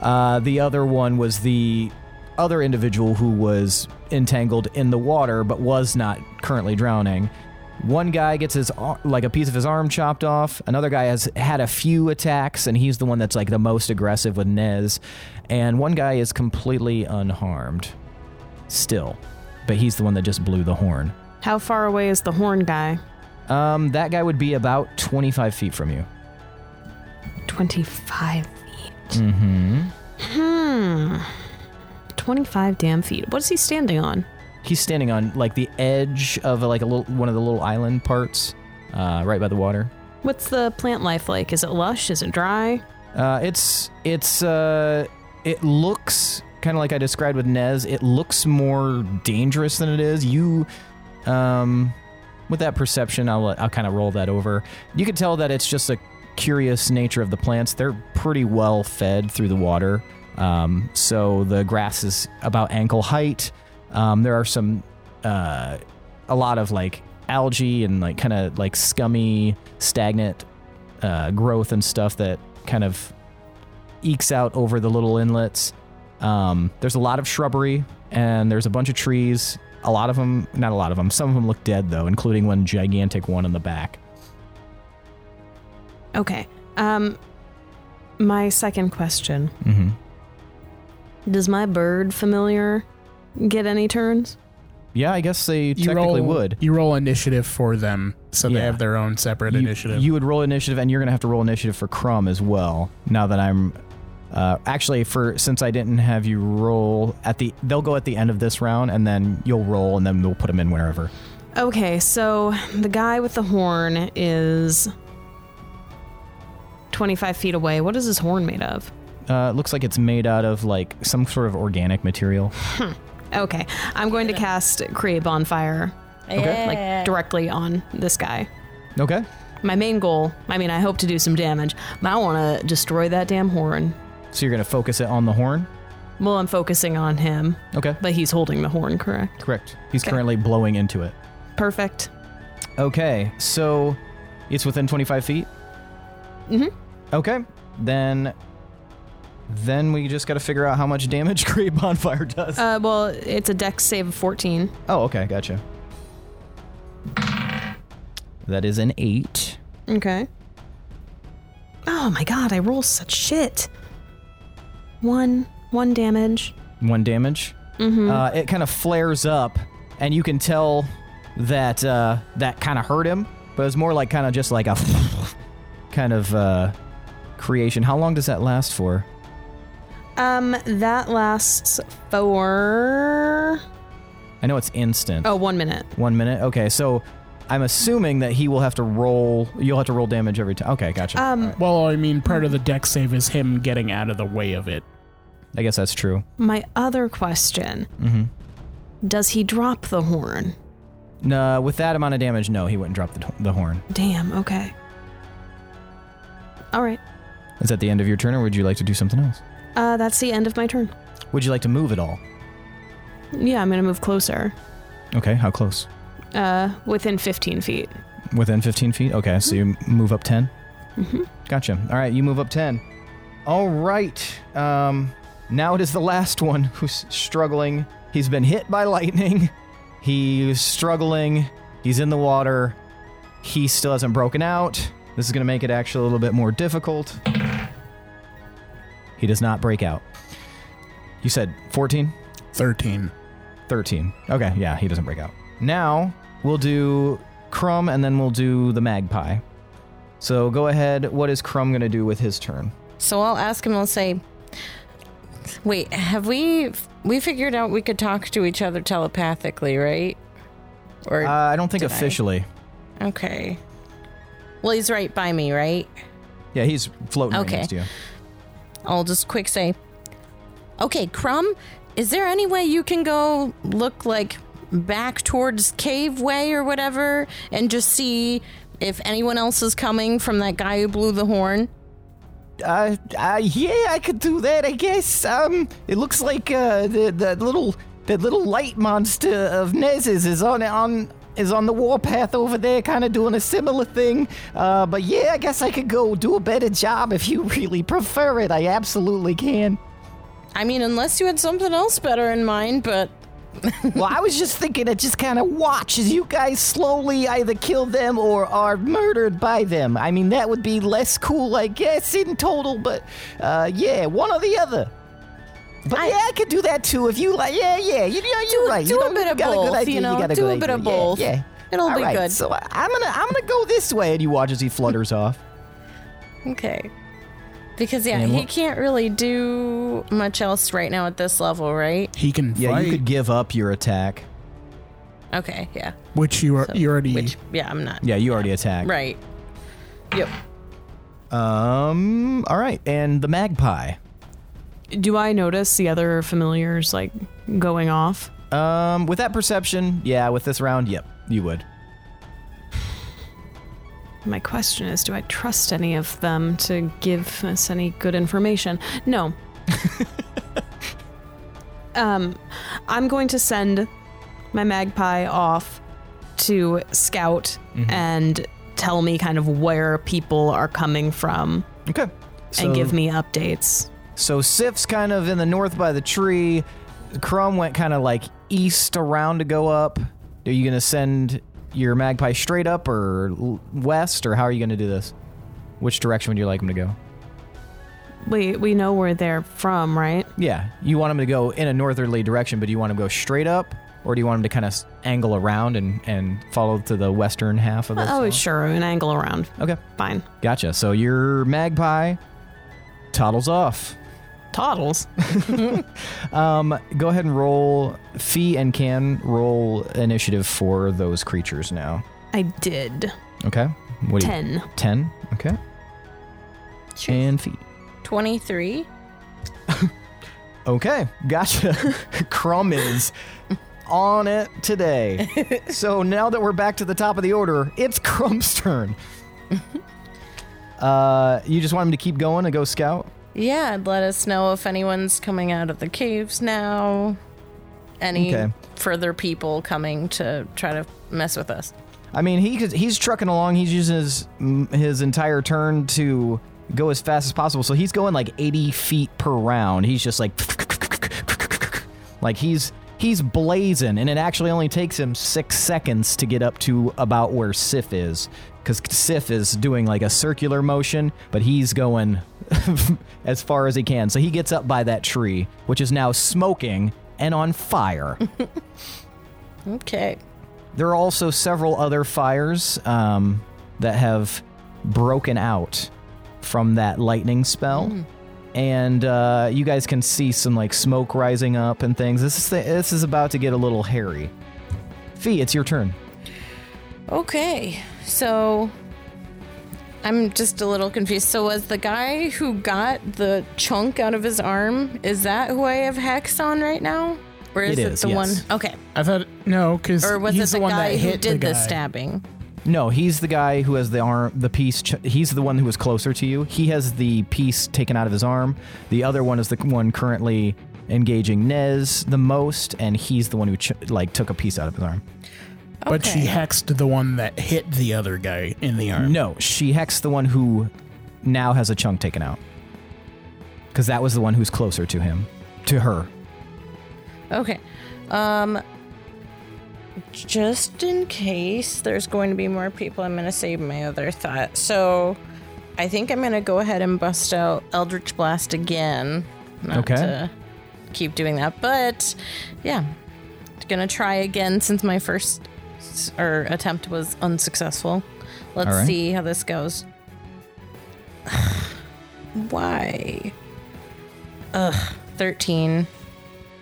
Speaker 2: Uh, the other one was the other individual who was entangled in the water but was not currently drowning. One guy gets his ar- like a piece of his arm chopped off. Another guy has had a few attacks, and he's the one that's like the most aggressive with Nez. And one guy is completely unharmed, still, but he's the one that just blew the horn.
Speaker 4: How far away is the horn guy?
Speaker 2: Um, that guy would be about 25 feet from you.
Speaker 4: 25 feet. Mm-hmm. Hmm. 25 damn feet. What is he standing on?
Speaker 2: He's standing on like the edge of like a little one of the little island parts, uh, right by the water.
Speaker 4: What's the plant life like? Is it lush? Is it dry?
Speaker 2: Uh, it's it's uh, it looks kind of like I described with Nez. It looks more dangerous than it is. You, um, with that perception, I'll I'll kind of roll that over. You can tell that it's just a curious nature of the plants. They're pretty well fed through the water, um, so the grass is about ankle height. Um, there are some uh, a lot of like algae and like kind of like scummy, stagnant uh, growth and stuff that kind of ekes out over the little inlets. Um, there's a lot of shrubbery and there's a bunch of trees. A lot of them, not a lot of them, some of them look dead though, including one gigantic one in the back.
Speaker 4: Okay. Um my second question.
Speaker 2: Mm-hmm.
Speaker 4: Does my bird familiar get any turns?
Speaker 2: Yeah, I guess they
Speaker 1: You
Speaker 2: technically
Speaker 1: roll,
Speaker 2: would.
Speaker 1: You roll initiative for them, so
Speaker 2: Yeah.
Speaker 1: they have their own separate
Speaker 2: you,
Speaker 1: initiative.
Speaker 2: you would roll initiative, and you're gonna have to roll initiative for Crumb as well. Now that I'm, uh, actually, for since I didn't have you roll at the, they'll go at the end of this round, and then you'll roll, and then we'll put them in wherever.
Speaker 4: Okay, so the guy with the horn is 25 feet away. What is his horn made of?
Speaker 2: Uh, it looks like it's made out of like some sort of organic material.
Speaker 4: Hmm, Okay, I'm going to cast Create Bonfire,
Speaker 3: Yeah.
Speaker 4: like directly on this guy.
Speaker 2: Okay.
Speaker 4: My main goal, I mean, I hope to do some damage, but I want to destroy that damn horn.
Speaker 2: So you're gonna focus it on the horn.
Speaker 4: Well, I'm focusing on him,
Speaker 2: Okay.
Speaker 4: but he's holding the horn, correct?
Speaker 2: Correct. He's currently blowing into it.
Speaker 4: Perfect.
Speaker 2: Okay, so it's within 25 feet?
Speaker 4: Mhm.
Speaker 2: Okay, then then we just gotta figure out how much damage Great Bonfire does.
Speaker 4: Uh, well, it's a dex save of 14.
Speaker 2: oh, okay, gotcha. That is an 8.
Speaker 4: Okay. Oh my god, I roll such shit. One, one damage.
Speaker 2: One damage.
Speaker 4: Mm-hmm.
Speaker 2: Uh, it kind of flares up, and you can tell that uh, that kind of hurt him, but it's more like kind of just like a kind of uh, creation. How long does that last for?
Speaker 4: Um, that lasts for
Speaker 2: I know it's instant.
Speaker 4: oh one minute.
Speaker 2: One minute. Okay, so I'm assuming that he will have to roll. You'll have to roll damage every time. Okay, gotcha.
Speaker 4: Um,
Speaker 1: Well, I mean, part of the deck save is him getting out of the way of it.
Speaker 2: I guess that's true.
Speaker 4: my other question:
Speaker 2: Mm-hmm.
Speaker 4: Does he drop the horn?
Speaker 2: No, with that amount of damage, no, he wouldn't drop the, the horn.
Speaker 4: Damn. Okay. All right.
Speaker 2: Is that the end of your turn, or would you like to do something else?
Speaker 4: Uh, that's the end of my turn.
Speaker 2: Would you like to move at all?
Speaker 4: Yeah, I'm gonna move closer.
Speaker 2: Okay, how close?
Speaker 4: Uh, within 15 feet.
Speaker 2: Within 15 feet? Okay, so you move up 10?
Speaker 4: Mm-hmm.
Speaker 2: Gotcha. All right, you move up 10. All right. Um, now it is the last one who's struggling. He's been hit by lightning. He's struggling. He's in the water. He still hasn't broken out. This is going to make it actually a little bit more difficult. He does not break out. You said 14?
Speaker 1: 13.
Speaker 2: 13. Okay, yeah, he doesn't break out. Now we'll do Crumb and then we'll do the magpie. So go ahead. What is Crumb going to do with his turn?
Speaker 3: So I'll ask him, I'll say, wait, have we, we figured out we could talk to each other telepathically, right? Or,
Speaker 2: Uh, I don't think
Speaker 3: Did I?
Speaker 2: officially.
Speaker 3: okay. Well, he's right by me, right?
Speaker 2: Yeah, he's floating
Speaker 3: Okay.
Speaker 2: right next to you.
Speaker 3: I'll just quick say, okay, Crumb, is there any way you can go look like back towards Cave Way or whatever and just see if anyone else is coming from that guy who blew the horn?
Speaker 2: Uh, uh, yeah, I could do that, I guess. Um, it looks like uh, the, that little that little light monster of Nez's is on on is on the warpath over there, kind of doing a similar thing. Uh, but yeah, I guess I could go do a better job if you really prefer it. I absolutely can.
Speaker 3: I mean, unless you had something else better in mind, but
Speaker 2: well, I was just thinking to just kind of watch as you guys slowly either kill them or are murdered by them. I mean, that would be less cool, I guess, in total, but uh, yeah, one or the other. But yeah, I could do that too if you like. Yeah, yeah, you, know, you're
Speaker 3: do,
Speaker 2: right.
Speaker 3: do
Speaker 2: you know,
Speaker 3: a bit
Speaker 2: you
Speaker 3: of
Speaker 2: got
Speaker 3: both,
Speaker 2: a good idea.
Speaker 3: you know,
Speaker 2: got a
Speaker 3: do
Speaker 2: good
Speaker 3: a bit
Speaker 2: idea.
Speaker 3: of both.
Speaker 2: Yeah, yeah.
Speaker 3: It'll
Speaker 2: All
Speaker 3: be
Speaker 2: right,
Speaker 3: good.
Speaker 2: So I- I'm gonna, I'm gonna go this way, and you watch as he flutters off.
Speaker 3: Okay. Because yeah,
Speaker 2: And
Speaker 3: he
Speaker 2: what-
Speaker 3: can't really do much else right now at this level, right?
Speaker 1: He can fight,
Speaker 2: give up your attack.
Speaker 3: Okay, yeah.
Speaker 1: which you, are,
Speaker 3: So-
Speaker 1: you already.
Speaker 3: Which yeah, I'm not.
Speaker 2: you already attacked.
Speaker 3: Right. Yep.
Speaker 2: Um. All right, and the magpie.
Speaker 4: Do I notice the other familiars like going off?
Speaker 2: Um, with that perception, yeah. With this round, yep, you would.
Speaker 4: My question is, do I trust any of them to give us any good information? No. um, I'm going to send my magpie off to scout
Speaker 2: Mm-hmm.
Speaker 4: and tell me kind of where people are coming from
Speaker 2: Okay.
Speaker 4: and give me updates.
Speaker 2: So Sif's kind of in the north by the tree. Crumb went kind of like east around to go up. Are you gonna send your magpie straight up or l- west, or how are you gonna do this? Which direction would you like him to go?
Speaker 4: Wait, we know where they're from, right?
Speaker 2: Yeah, you want him to go in a northerly direction, but do you want him to go straight up, or do you want him to kind of angle around and and follow to the western half of the?
Speaker 4: Oh,
Speaker 2: swamp?
Speaker 4: sure, an angle around.
Speaker 2: Okay,
Speaker 4: Fine.
Speaker 2: gotcha. So your magpie toddles off.
Speaker 4: Toddles.
Speaker 2: Um, go ahead and roll. Fee and can roll initiative for those creatures now.
Speaker 4: I did.
Speaker 2: Okay. What do you?
Speaker 4: 10.
Speaker 2: Ten. Okay. And Fee.
Speaker 3: Twenty three.
Speaker 2: Okay. Gotcha. Crumb is on it today. so now that we're back to the top of the order, it's Crumb's turn. uh, you just want him to keep going and go scout.
Speaker 3: Yeah, let us know if anyone's coming out of the caves now. Any
Speaker 2: Okay.
Speaker 3: further people coming to try to mess with us.
Speaker 2: I mean, he could, he's trucking along. He's using his mm, his entire turn to go as fast as possible. So he's going like 80 feet per round. He's just like like he's he's blazing, and it actually only takes him six seconds to get up to about where Sif is, because Sif is doing like a circular motion, but he's going as far as he can. So he gets up by that tree, which is now smoking and on fire.
Speaker 3: Okay.
Speaker 2: There are also several other fires um, that have broken out from that lightning spell. And uh, you guys can see some like smoke rising up and things. This is this is about to get a little hairy. Fee, it's your turn.
Speaker 3: Okay. So I'm just a little confused. So was the guy who got the chunk out of his arm, is that who I have hex on right now? Or is
Speaker 2: It
Speaker 3: it,
Speaker 2: is,
Speaker 3: the
Speaker 2: yes.
Speaker 3: one Okay.
Speaker 1: I thought no, because
Speaker 3: Or was
Speaker 1: he's
Speaker 3: it the,
Speaker 1: one
Speaker 3: guy
Speaker 1: that
Speaker 3: who
Speaker 1: hit
Speaker 3: did
Speaker 1: the,
Speaker 3: the,
Speaker 1: guy.
Speaker 3: stabbing?
Speaker 2: No, he's the guy who has the arm, the piece. Ch- he's the one who was closer to you. He has the piece taken out of his arm. The other one is the one currently engaging Nez the most, and he's the one who ch- like took a piece out of his arm.
Speaker 1: But she
Speaker 3: Okay.
Speaker 1: hexed the one that hit the other guy in the arm.
Speaker 2: No, she hexed the one who now has a chunk taken out. Because that was the one who's closer to him, to her.
Speaker 3: Okay. Um just in case there's going to be more people, I'm going to save my other thought. So I think I'm going to go ahead and bust out Eldritch Blast again. Not
Speaker 2: Okay.
Speaker 3: to keep doing that, but yeah. Going to try again since my first s- or attempt was unsuccessful. Let's
Speaker 2: All right.
Speaker 3: see how this goes. Why? Ugh, 13.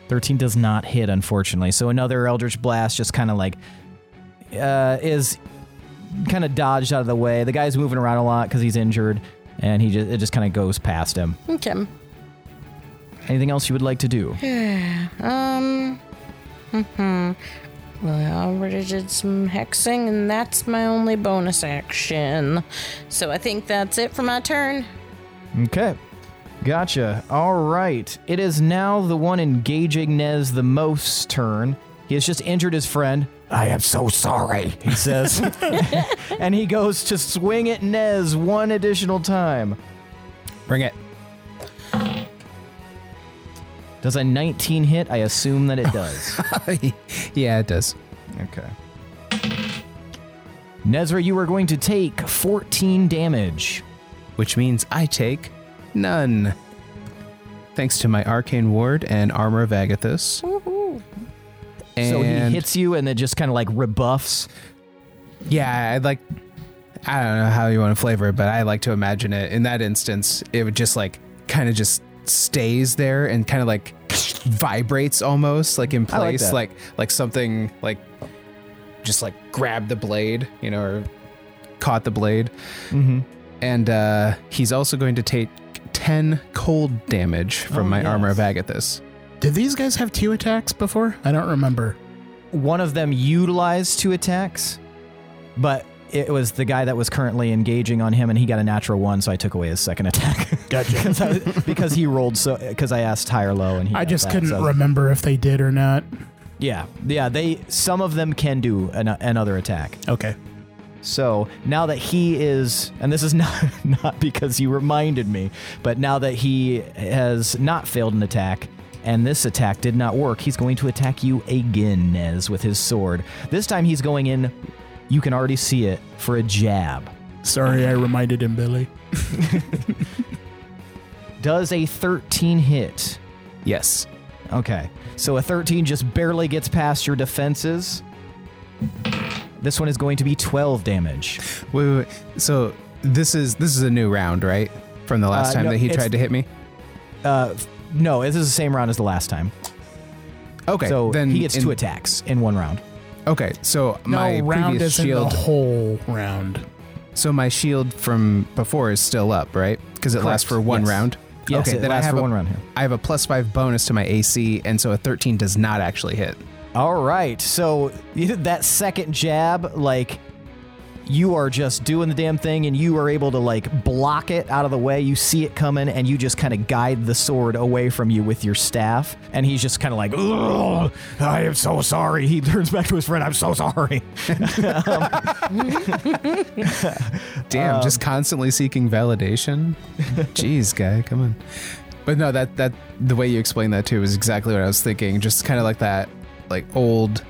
Speaker 2: 13 does not hit, unfortunately. So another Eldritch Blast just kind of like uh, is kind of dodged out of the way. The guy's moving around a lot because he's injured, and he just, it just kind of goes past him.
Speaker 3: Okay.
Speaker 2: Anything else you would like to do?
Speaker 3: Um. hmm Well, I already did some hexing, and that's my only bonus action. So I think that's it for my turn.
Speaker 2: Okay. Gotcha. All right. It is now the one engaging Nez the most's turn. He has just injured his friend. I am so sorry, he says. and he goes to swing at Nez one additional time.
Speaker 7: Bring it.
Speaker 2: Does a 19 hit? I assume that it does.
Speaker 7: yeah, it does.
Speaker 2: okay. Nezra, you are going to take 14 damage.
Speaker 7: Which means I take none. Thanks to my arcane ward and armor of Agathis. And
Speaker 2: so he hits you and then just kind of like rebuffs.
Speaker 7: Yeah, I'd like. I don't know how you want to flavor it, but I like to imagine it. In that instance, it would just like kind of just stays there and kind of like vibrates almost like in
Speaker 2: I like
Speaker 7: place,
Speaker 2: that.
Speaker 7: like, like something like just like grabbed the blade, you know, or caught the blade.
Speaker 2: Mm-hmm.
Speaker 7: And uh, he's also going to take ten cold damage from
Speaker 2: Oh,
Speaker 7: my armor
Speaker 2: yes.
Speaker 7: of Agathis.
Speaker 1: Did these guys have two attacks before? I don't remember.
Speaker 2: one of them utilized two attacks, but it was the guy that was currently engaging on him, and he got a natural one, so I took away his second attack.
Speaker 1: Gotcha.
Speaker 2: 'Cause I- because he rolled so because I asked high or low, and he
Speaker 1: I
Speaker 2: got
Speaker 1: just
Speaker 2: that,
Speaker 1: couldn't
Speaker 2: so-
Speaker 1: remember if they did or not.
Speaker 2: Yeah, yeah. They some of them can do an, another attack.
Speaker 1: Okay.
Speaker 2: So now that he is, and this is not not because you reminded me, but now that he has not failed an attack, and this attack did not work, he's going to attack you again, Nez, with his sword. This time he's going in. You can already see it for a jab.
Speaker 1: Sorry, I reminded him, Billy.
Speaker 2: Does a 13 hit?
Speaker 7: Yes.
Speaker 2: Okay. So a 13 just barely gets past your defenses. This one is going to be 12 damage.
Speaker 7: Wait, wait, wait. So this is this is a new round, right? From the last
Speaker 2: Uh,
Speaker 7: time
Speaker 2: no,
Speaker 7: that he
Speaker 2: it's-
Speaker 7: tried to hit me.
Speaker 2: Uh, f- no, this is the same round as the last time.
Speaker 7: Okay,
Speaker 2: so
Speaker 7: then
Speaker 2: he gets
Speaker 7: in-
Speaker 2: two attacks in one round.
Speaker 7: Okay, so my
Speaker 1: no, round
Speaker 7: previous
Speaker 1: is in
Speaker 7: shield.
Speaker 1: the whole round.
Speaker 7: So my shield from before is still up, right? Because it lasts
Speaker 2: Correct,
Speaker 7: for one
Speaker 2: yes.
Speaker 7: round.
Speaker 2: Yes,
Speaker 7: okay,
Speaker 2: it
Speaker 7: then
Speaker 2: lasts
Speaker 7: I have
Speaker 2: for
Speaker 7: a,
Speaker 2: one round here.
Speaker 7: I have a plus five bonus to my AC, and so a thirteen does not actually hit.
Speaker 2: All right. So that second jab, like, you are just doing the damn thing and you are able to like block it out of the way. You see it coming and you just kind of guide the sword away from you with your staff. And he's just kind of like, "Ugh, I am so sorry. He turns back to his friend, I'm so sorry.
Speaker 7: Damn, just
Speaker 2: Um.
Speaker 7: constantly seeking validation. Jeez, guy, come on. But no, that that the way you explained that too was exactly what I was thinking. Just kind of like that, like old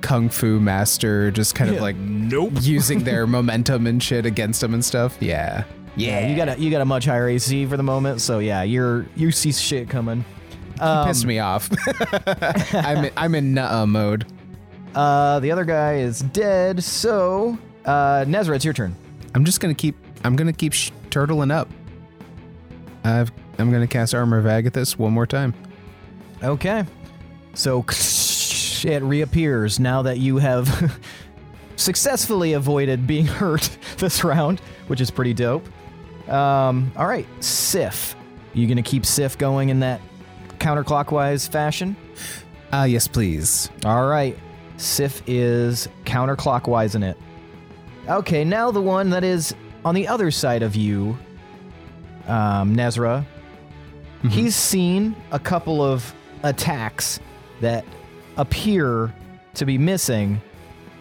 Speaker 7: kung fu master, just kind of like nope, using their momentum and shit against them and stuff. Yeah,
Speaker 2: Yeah, you got a you got a much higher AC for the moment, so yeah, you're you see shit coming. Um,
Speaker 7: pissed me off. I'm in, I'm in nuh mode.
Speaker 2: Uh, the other guy is dead, so uh, Nezra, it's your turn.
Speaker 7: I'm just gonna keep I'm gonna keep sh- turtling up. I've I'm gonna cast Armor of Agathis one more time.
Speaker 2: Okay, so it reappears now that you have successfully avoided being hurt this round, which is pretty dope. Um, all right, Sif, you gonna keep Sif going in that counterclockwise fashion?
Speaker 7: Ah, yes, please.
Speaker 2: All right. Sif is counterclockwise in it. Okay, now the one that is on the other side of you, um, Nezra,
Speaker 7: Mm-hmm.
Speaker 2: he's seen a couple of attacks that appear to be missing,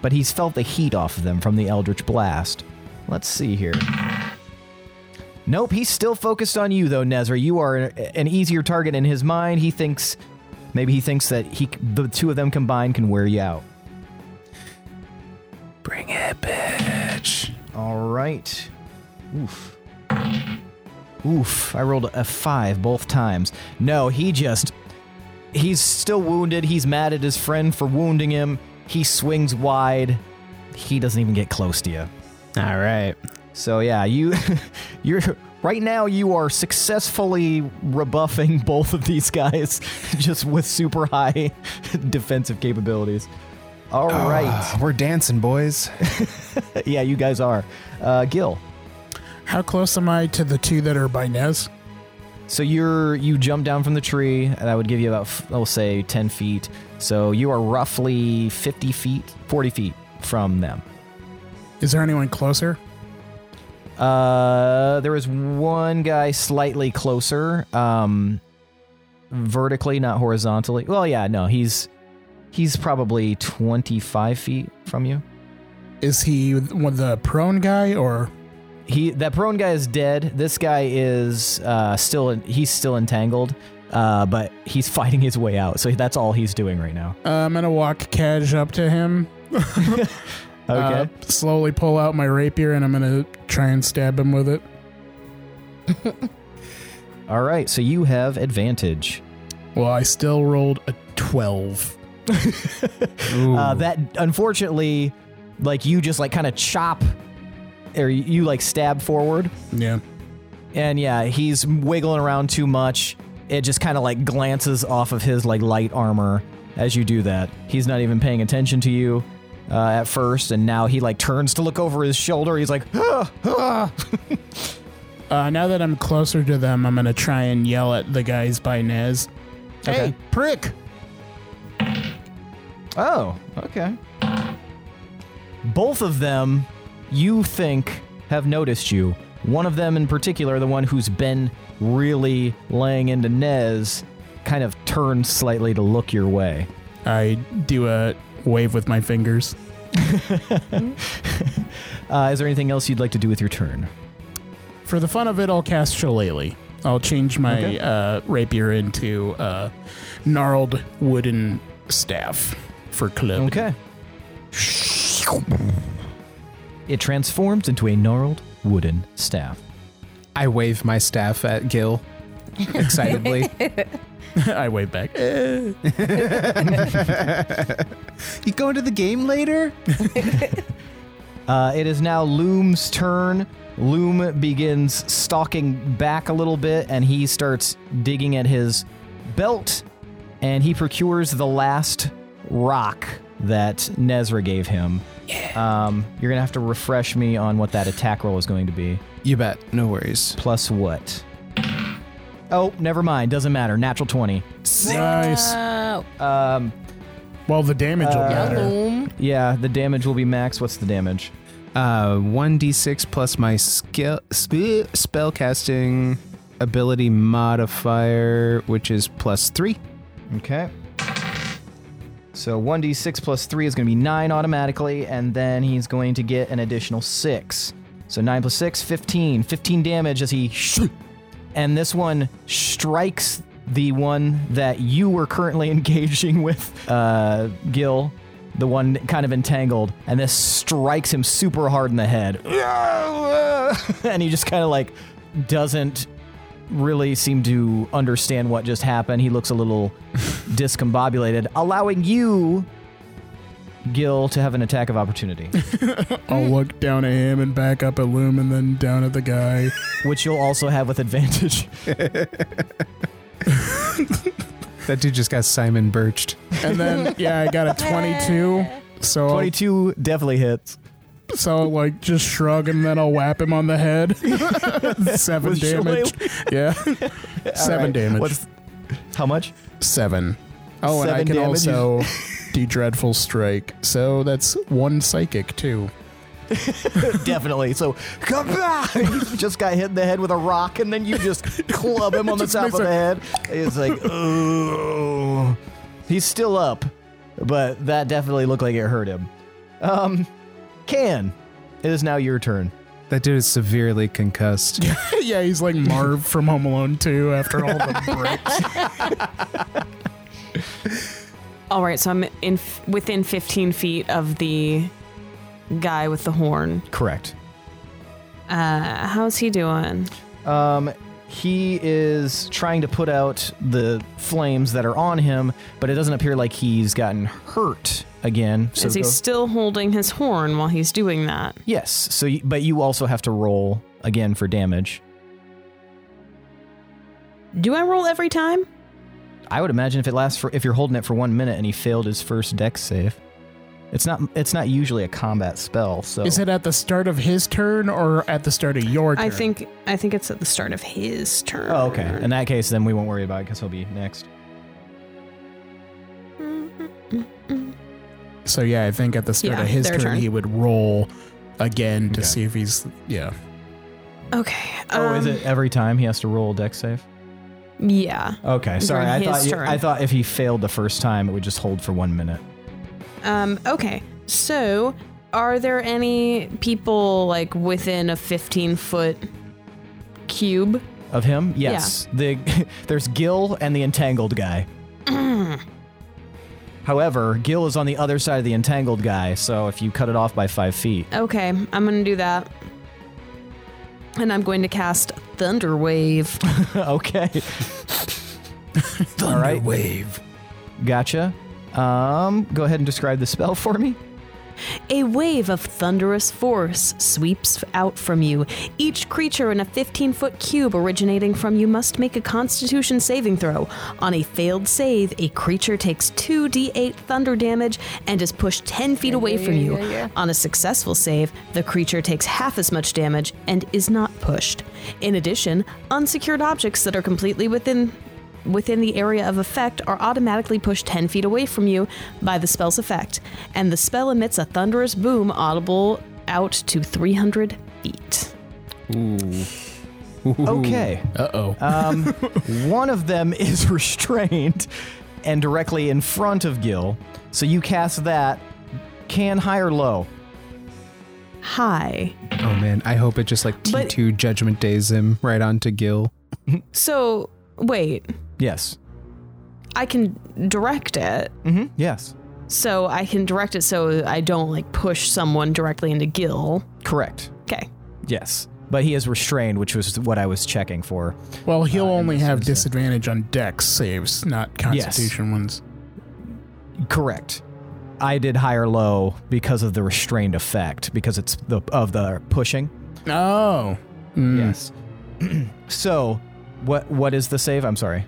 Speaker 2: but he's felt the heat off of them from the Eldritch Blast. Let's see here. Nope, he's still focused on you though, Nezra. You are an- an easier target in his mind. He thinks maybe he thinks that he c- the two of them combined can wear you out.
Speaker 7: Bring it, bitch.
Speaker 2: All right. Oof. Oof. I rolled a five both times. No, he just. He's still wounded. He's mad at his friend for wounding him. He swings wide. He doesn't even get close to you.
Speaker 1: All right.
Speaker 2: So yeah, you you're right now you are successfully rebuffing both of these guys just with super high defensive capabilities. All right.
Speaker 7: Ah, We're dancing, boys.
Speaker 2: Yeah, you guys are. Uh Gil.
Speaker 1: How close am I to the two that are by Nez?
Speaker 2: So you're you jump down from the tree, and that would give you about f- I'll say ten feet. So you are roughly fifty feet, forty feet from them.
Speaker 1: Is there anyone closer?
Speaker 2: Uh, there is one guy slightly closer, um, vertically, not horizontally. Well, yeah, no, he's he's probably twenty five feet from you.
Speaker 1: Is he one of the prone guy or
Speaker 2: he that prone guy is dead. This guy is uh, still he's still entangled, uh, but he's fighting his way out. So that's all he's doing right now.
Speaker 1: Uh, I'm gonna walk Kedge up to him.
Speaker 2: Okay.
Speaker 1: Uh, slowly pull out my rapier and I'm gonna try and stab him with it.
Speaker 2: All right, so you have advantage.
Speaker 1: Well, I still rolled a 12.
Speaker 2: Uh, that unfortunately, like you just like kind of chop, or you like stab forward,
Speaker 1: Yeah.
Speaker 2: and yeah, he's wiggling around too much. It just kind of like glances off of his like light armor as you do that. He's not even paying attention to you uh, at first, and now he like turns to look over his shoulder. He's like, "Ah, ah."
Speaker 1: Uh, now that I'm closer to them, I'm gonna try and yell at the guys by Nez. Hey, prick!
Speaker 2: Oh, okay. Both of them, you think, have noticed you. One of them in particular, the one who's been really laying into Nez, kind of turns slightly to look your way.
Speaker 1: I do a wave with my fingers.
Speaker 2: Uh, is there anything else you'd like to do with your turn?
Speaker 1: For the fun of it, I'll cast Shillelagh. I'll change my uh, rapier into uh, gnarled wooden staff for clip.
Speaker 2: Okay. It transforms into a gnarled wooden staff.
Speaker 7: I wave my staff at Gil excitedly.
Speaker 1: I wave back.
Speaker 7: you going to the game later?
Speaker 2: Uh, it is now Loom's turn. Loom begins stalking back a little bit and he starts digging at his belt and he procures the last rock that Nezra gave him. Um, you're going to have to refresh me on what that attack roll is going to be.
Speaker 7: You bet. No worries.
Speaker 2: Plus what? Oh, never mind. Doesn't matter. Natural 20.
Speaker 1: nice.
Speaker 3: Oh,
Speaker 2: Um,
Speaker 1: Well, the damage will matter.
Speaker 2: uh,
Speaker 3: boom.
Speaker 2: Yeah, the damage will be max. What's the damage?
Speaker 7: Uh, 1d6 plus my skill sp- spell casting ability modifier, which is plus 3.
Speaker 2: Okay. So 1d6 plus 3 is going to be 9 automatically, and then he's going to get an additional 6. So 9 plus 6, 15. 15 damage as he. And this one strikes the one that you were currently engaging with, uh, Gil, the one kind of entangled, and this strikes him super hard in the head. And he just kind of like doesn't really seem to understand what just happened. He looks a little discombobulated, allowing you, Gil, to have an attack of opportunity,
Speaker 1: I'll look down at him and back up at Loom and then down at the guy.
Speaker 2: which you'll also have with advantage.
Speaker 7: That dude just got Simon Birched.
Speaker 1: And then, yeah, I got a 22. So,
Speaker 2: 22 definitely hits.
Speaker 1: so I'll, like, just shrug and then I'll whap him on the head. Seven
Speaker 2: With
Speaker 1: damage. Yeah. Seven
Speaker 2: Alright,
Speaker 1: damage.
Speaker 2: what's- how much?
Speaker 1: Seven. Oh, and I
Speaker 2: Seven
Speaker 1: can
Speaker 2: damage.
Speaker 1: also do Dreadful Strike. So that's one psychic, too.
Speaker 2: definitely. So, kabah! He just got hit in the head with a rock, and then you just club him on the top of the head. It's like, oh. He's still up, but that definitely looked like it hurt him. Um, Can, it is now your turn.
Speaker 7: That dude is severely concussed.
Speaker 1: yeah, he's like Marv from Home Alone 2 after all the breaks.
Speaker 4: All right, so I'm in f- within 15 feet of the guy with the horn.
Speaker 2: Correct.
Speaker 4: Uh, how's he doing?
Speaker 2: Um, he is trying to put out the flames that are on him, but it doesn't appear like he's gotten hurt again. So
Speaker 4: Is he
Speaker 2: go-
Speaker 4: still holding his horn while he's doing that?
Speaker 2: yes. So, y- but you also have to roll again for damage.
Speaker 4: Do I roll every time?
Speaker 2: I would imagine if it lasts for if you're holding it for one minute and he failed his first dex save. It's not it's not usually a combat spell, so
Speaker 1: Is it at the start of his turn or at the start of your turn?
Speaker 4: I think I think it's at the start of his turn.
Speaker 2: Oh, okay. In that case, then we won't worry about it because he'll be next.
Speaker 1: So yeah, I think at the start
Speaker 4: Yeah,
Speaker 1: of his
Speaker 4: their
Speaker 1: turn,
Speaker 4: turn.
Speaker 1: he would roll again to
Speaker 2: Okay.
Speaker 1: see if he's
Speaker 4: Um,
Speaker 1: yeah.
Speaker 4: Okay.
Speaker 2: oh, is
Speaker 4: um,
Speaker 2: it every time he has to roll a dex save?
Speaker 4: Yeah.
Speaker 2: Okay, sorry. I
Speaker 4: his
Speaker 2: thought you-
Speaker 4: turn.
Speaker 2: I thought if he failed the first time, it would just hold for one minute.
Speaker 4: Um, okay. So, are there any people like within a 15 foot cube?
Speaker 2: Of him, yes. The there's Gil and the entangled guy. However, Gil is on the other side of the entangled guy, so if you cut it off by five feet,
Speaker 4: Okay, I'm gonna do that. And I'm going to cast Thunder Wave.
Speaker 2: okay. All right.
Speaker 1: Wave.
Speaker 2: Gotcha. Um, go ahead and describe the spell for me.
Speaker 4: A wave of thunderous force sweeps out from you. Each creature in a 15 foot cube originating from you must make a constitution saving throw. On a failed save, a creature takes 2d8 thunder damage and is pushed 10 feet away from you. On a successful save, the creature takes half as much damage and is not pushed. In addition, unsecured objects that are completely within within the area of effect are automatically pushed 10 feet away from you by the spell's effect, and the spell emits a thunderous boom audible out to 300 feet.
Speaker 2: Okay.
Speaker 1: Uh oh.
Speaker 2: Um, one of them is restrained and directly in front of Gil, so you cast that. Can high or low?
Speaker 4: Hi.
Speaker 7: Oh man, I hope it just like
Speaker 4: But-
Speaker 7: T2 Judgment Days him right onto Gil.
Speaker 4: So, wait,
Speaker 2: Yes.
Speaker 4: I can direct it.
Speaker 2: Mm-hmm. Yes.
Speaker 4: So, I can direct it so I don't like push someone directly into Gil.
Speaker 2: Correct.
Speaker 4: Okay.
Speaker 2: Yes. But he is restrained, which was what I was checking for.
Speaker 1: Well, he'll
Speaker 2: Uh,
Speaker 1: only
Speaker 2: and
Speaker 1: have
Speaker 2: this is a-
Speaker 1: disadvantage on Dex saves, not Constitution ones.
Speaker 2: Correct. I did high or low because of the restrained effect, because it's the of the pushing.
Speaker 1: Oh. Mm.
Speaker 2: Yes. so, what what is the save? I'm sorry.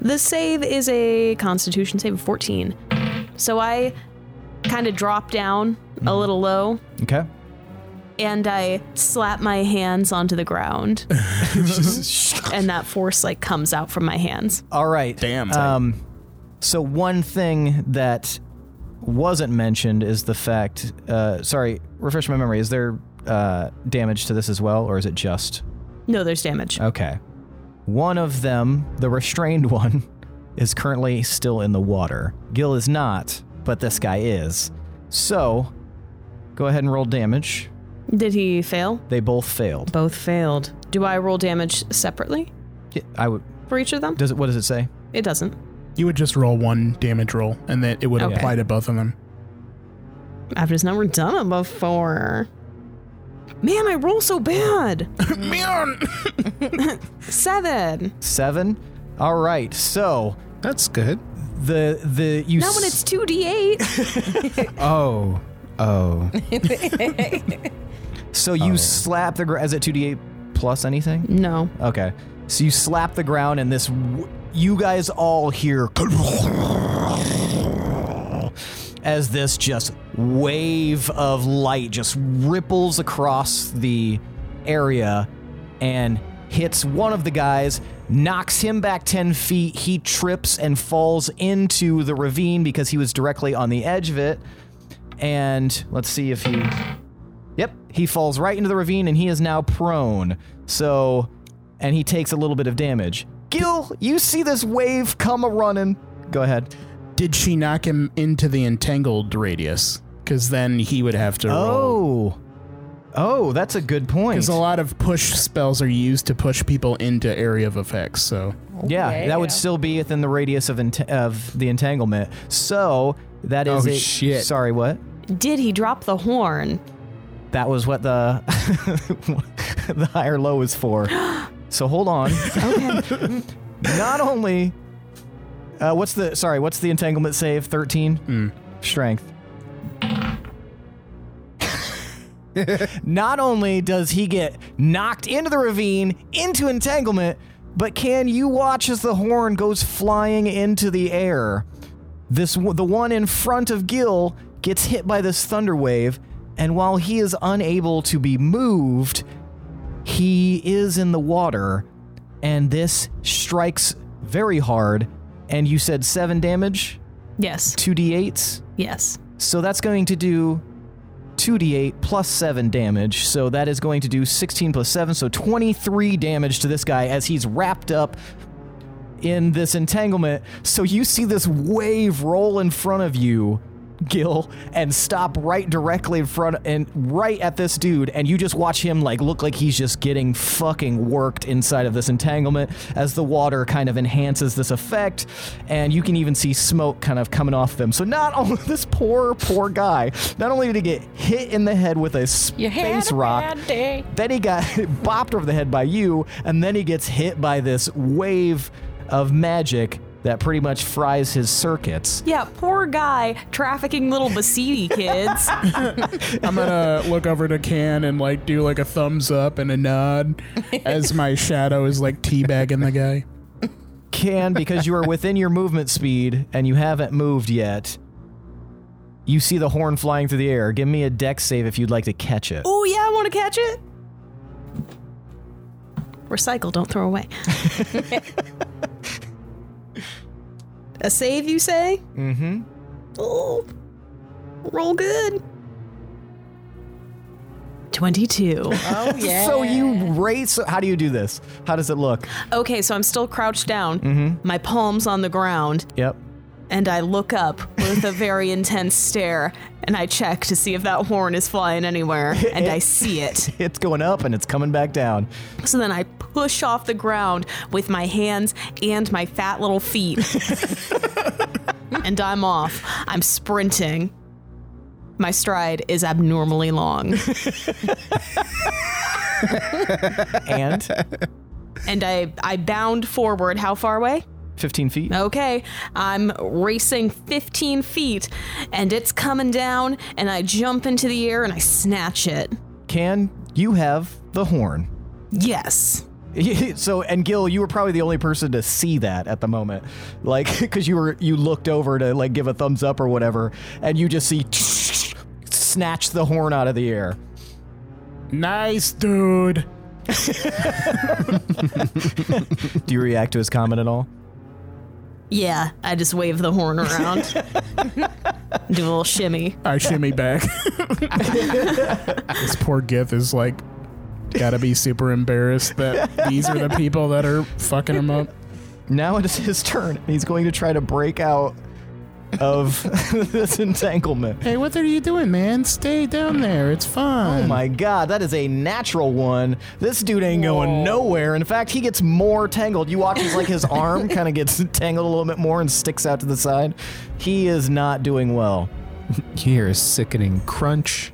Speaker 4: The save is a constitution save of 14. So, I kind of drop down
Speaker 2: Mm-hmm.
Speaker 4: a little low
Speaker 2: Okay.
Speaker 4: and I slap my hands onto the ground. and that force like comes out from my hands.
Speaker 2: All right.
Speaker 1: Damn.
Speaker 2: Um, so one thing that wasn't mentioned is the fact. Uh, sorry, refresh my memory. Is there uh, damage to this as well, or is it just
Speaker 4: No, there's damage.
Speaker 2: okay? One of them, the restrained one, is currently still in the water. Gil is not, but this guy is. So, go ahead and roll damage.
Speaker 4: Did he fail?
Speaker 2: They both failed.
Speaker 4: Both failed. Do I roll damage separately
Speaker 2: Yeah, I would.
Speaker 4: for each of them?
Speaker 2: Does it? What does it say?
Speaker 4: It doesn't.
Speaker 1: You would just roll one damage roll, and then it would
Speaker 4: Okay.
Speaker 1: apply to both of them.
Speaker 4: I've just never done it before. Man, I roll so bad.
Speaker 1: Man,
Speaker 4: Seven.
Speaker 2: Seven. All right. So
Speaker 7: That's good.
Speaker 2: the the you
Speaker 4: Not when
Speaker 2: s-
Speaker 4: it's two d eight.
Speaker 7: Oh, oh.
Speaker 2: so you slap the gr- is it two d eight plus anything?
Speaker 4: No.
Speaker 2: Okay. So you slap the ground, and this. W- you guys all hear. As this just wave of light just ripples across the area and hits one of the guys, knocks him back 10 feet. He trips and falls into the ravine because he was directly on the edge of it. And let's see if he. Yep, he falls right into the ravine and he is now prone. So, and he takes a little bit of damage. Gil, you see this wave come a running. Go ahead.
Speaker 1: did she knock him into the entangled radius? Because then he would have to roll.
Speaker 2: Oh. Oh, that's a good point.
Speaker 1: Because a lot of push spells are used to push people into area of effects. So
Speaker 2: yeah,
Speaker 3: Okay,
Speaker 2: that would
Speaker 3: yeah.
Speaker 2: still be within the radius of ent- of the entanglement. So, that is
Speaker 7: Oh,
Speaker 2: a
Speaker 7: shit.
Speaker 2: Sorry, what?
Speaker 4: Did he drop the horn?
Speaker 2: That was what the the higher low is for. So hold on. Not only uh, what's the sorry, what's the entanglement save? Thirteen
Speaker 7: Hmm.
Speaker 2: strength. Not only does he get knocked into the ravine, into entanglement, but can you watch as the horn goes flying into the air? This w- the one in front of Gil gets hit by this thunder wave, and while he is unable to be moved, he is in the water, and this strikes very hard. And you said seven damage,
Speaker 4: Yes.
Speaker 2: two d8s,
Speaker 4: Yes.
Speaker 2: so that's going to do. 2d8 plus 7 damage, so that is going to do 16 plus 7, so 23 damage to this guy as he's wrapped up in this entanglement. So you see this wave roll in front of you, Gil, and stop right directly in front and right at this dude, and you just watch him like look like he's just getting fucking worked inside of this entanglement as the water kind of enhances this effect, and you can even see smoke kind of coming off them. So not only this poor poor guy, not only did he get hit in the head with a
Speaker 3: You had
Speaker 2: space
Speaker 3: a
Speaker 2: rock,
Speaker 3: bad day.
Speaker 2: then he got bopped over the head by you, and then he gets hit by this wave of magic that pretty much fries his circuits.
Speaker 4: Yeah, poor guy trafficking little Basidi kids.
Speaker 1: I'm gonna look over to Can and like do like a thumbs up and a nod as my shadow is like teabagging the guy.
Speaker 2: Can, because you are within your movement speed and you haven't moved yet, you see the horn flying through the air. Give me a deck save if you'd like to catch it.
Speaker 4: oh yeah, I want to catch it. Recycle, don't throw away. A save, you say?
Speaker 2: Mm-hmm.
Speaker 4: Oh, roll good. Twenty-two.
Speaker 3: Oh yeah.
Speaker 2: So you race. So how do you do this? How does it look?
Speaker 4: okay, so I'm still crouched down, my palms on the ground,
Speaker 2: Mm-hmm. Yep.
Speaker 4: and I look up with a very intense stare, and I check to see if that horn is flying anywhere, and I see it.
Speaker 2: It's going up and it's coming back down.
Speaker 4: So then I push off the ground with my hands and my fat little feet. and I'm off. I'm sprinting. My stride is abnormally long.
Speaker 2: And
Speaker 4: and I, I bound forward. How far away?
Speaker 2: 15 feet.
Speaker 4: Okay. I'm racing 15 feet and it's coming down. And I jump into the air and I snatch it.
Speaker 2: Can, you have the horn.
Speaker 4: Yes.
Speaker 2: so and Gil, you were probably the only person to see that at the moment, like because you were you looked over to like give a thumbs up or whatever, and you just see snatch the horn out of the air.
Speaker 1: Nice dude.
Speaker 2: Do you react to his comment at all?
Speaker 4: Yeah, I just wave the horn around. Do a little shimmy.
Speaker 1: I shimmy back. this poor Gif is like, gotta be super embarrassed that these are the people that are fucking him up.
Speaker 2: Now it is his turn. and He's going to try to break out of this entanglement.
Speaker 1: Hey, what are you doing, man? Stay down there. It's fine.
Speaker 2: Oh my god, that is a natural one. This dude ain't going nowhere. In fact, he gets more tangled. You watch as like his arm kind of gets tangled a little bit more and sticks out to the side. He is not doing well.
Speaker 7: You hear a sickening crunch.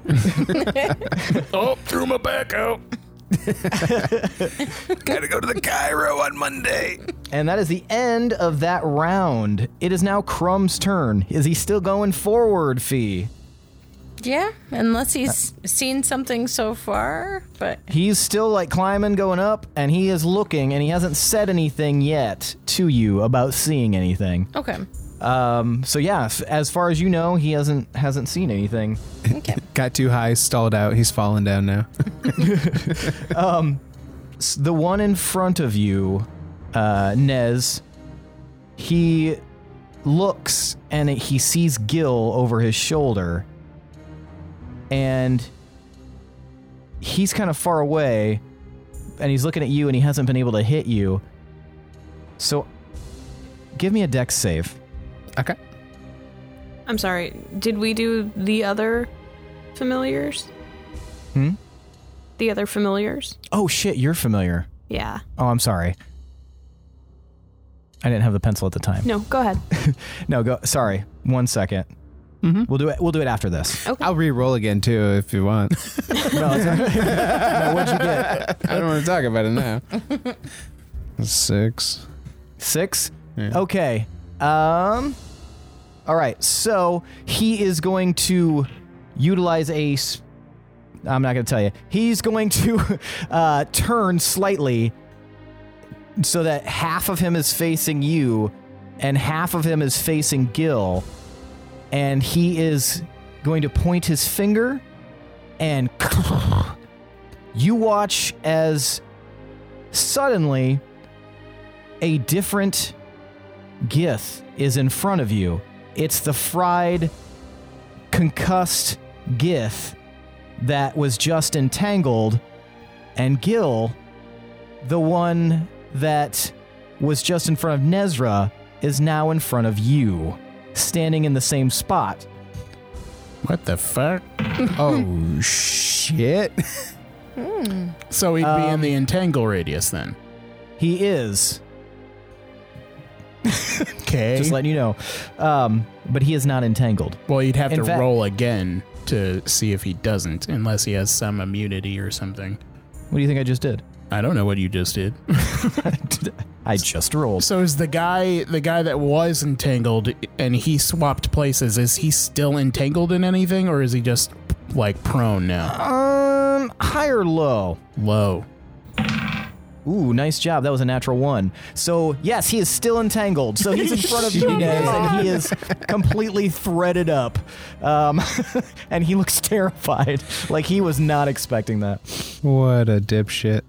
Speaker 1: Oh, threw my back out.
Speaker 7: Gotta go to the Cairo on Monday.
Speaker 2: And that is the end of that round. It is now Crumb's turn. Is he still going forward, Fee?
Speaker 3: Yeah, unless he's
Speaker 2: Uh.
Speaker 3: seen something so far, but
Speaker 2: He's still like climbing, going up, and he is looking, and he hasn't said anything yet to you about seeing anything.
Speaker 3: okay.
Speaker 2: Um, so yeah, f- as far as you know, he hasn't hasn't seen anything.
Speaker 7: Got too high, stalled out. He's falling down now.
Speaker 2: Um, S- The one in front of you, uh, Nez, he looks and he sees Gil over his shoulder, and he's kind of far away, and he's looking at you, and he hasn't been able to hit you. So, give me a dex save.
Speaker 7: Okay.
Speaker 4: I'm sorry. Did we do the other familiars?
Speaker 2: Hmm?
Speaker 4: The other familiars?
Speaker 2: Oh shit, you're familiar.
Speaker 4: Yeah.
Speaker 2: Oh, I'm sorry. I didn't have the pencil at the time.
Speaker 4: No, go ahead.
Speaker 2: No, go. Sorry, one second. We'll do it. We'll do it after this.
Speaker 7: I'll re-roll again too if you want.
Speaker 2: No, it's No, what'd you get?
Speaker 7: I don't want to talk about it now. Six.
Speaker 2: Six.
Speaker 7: Yeah.
Speaker 2: Okay. Um. All right. So he is going to utilize a. Sp- I'm not going to tell you. He's going to uh, turn slightly so that half of him is facing you and half of him is facing Gil. And he is going to point his finger and you watch as suddenly a different Gith is in front of you. It's the fried, concussed Gith that was just entangled, and Gil, the one that was just in front of Nezra, is now in front of you, standing in the same spot.
Speaker 1: What the fuck?
Speaker 7: Oh shit!
Speaker 1: So he'd be in the entangle radius then.
Speaker 2: Um, He is,
Speaker 1: Okay.
Speaker 2: just letting you know, um, but he is not entangled.
Speaker 1: well, you'd have
Speaker 2: in
Speaker 1: to
Speaker 2: fact-
Speaker 1: roll again to see if he doesn't, unless he has some immunity or something.
Speaker 2: What do you think I just did?
Speaker 1: I don't know what you just did.
Speaker 2: I just rolled.
Speaker 1: So is the guy the guy that was entangled and he swapped places? Is he still entangled in anything, or is he just like prone now?
Speaker 2: Um, high or low?
Speaker 1: Low.
Speaker 2: Ooh, nice job. That was a natural one. So, yes, he is still entangled. So he's in front of you guys, and he is completely threaded up. Um, and he looks terrified. Like he was not expecting that.
Speaker 7: What a dipshit.